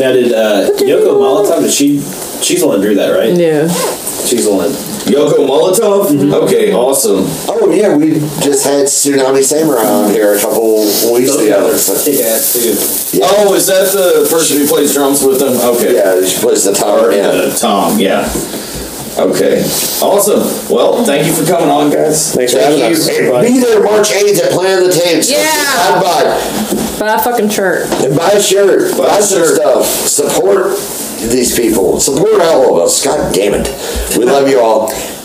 Now, did uh, Yoko Molotov, did she, she's the one that drew that, right? Yeah. She's the one. Yoko Molotov. Mm-hmm. Okay, awesome. Oh yeah, we just had Tsunami Samurai on here a couple weeks ago. So, Kick ass, too. Oh, is that the person who plays drums with them? Okay. yeah, she plays the Or, tower. Yeah. uh, Tom. Yeah. Okay. Awesome. Well, thank you for coming on, guys. Thanks for having us. Be there March 8th at Plan of the Tapes. Yeah. Stop by Buy a fucking shirt. and buy a shirt. Buy, a some shirt. stuff. Support these people. Support all of us. God damn it. We love you all.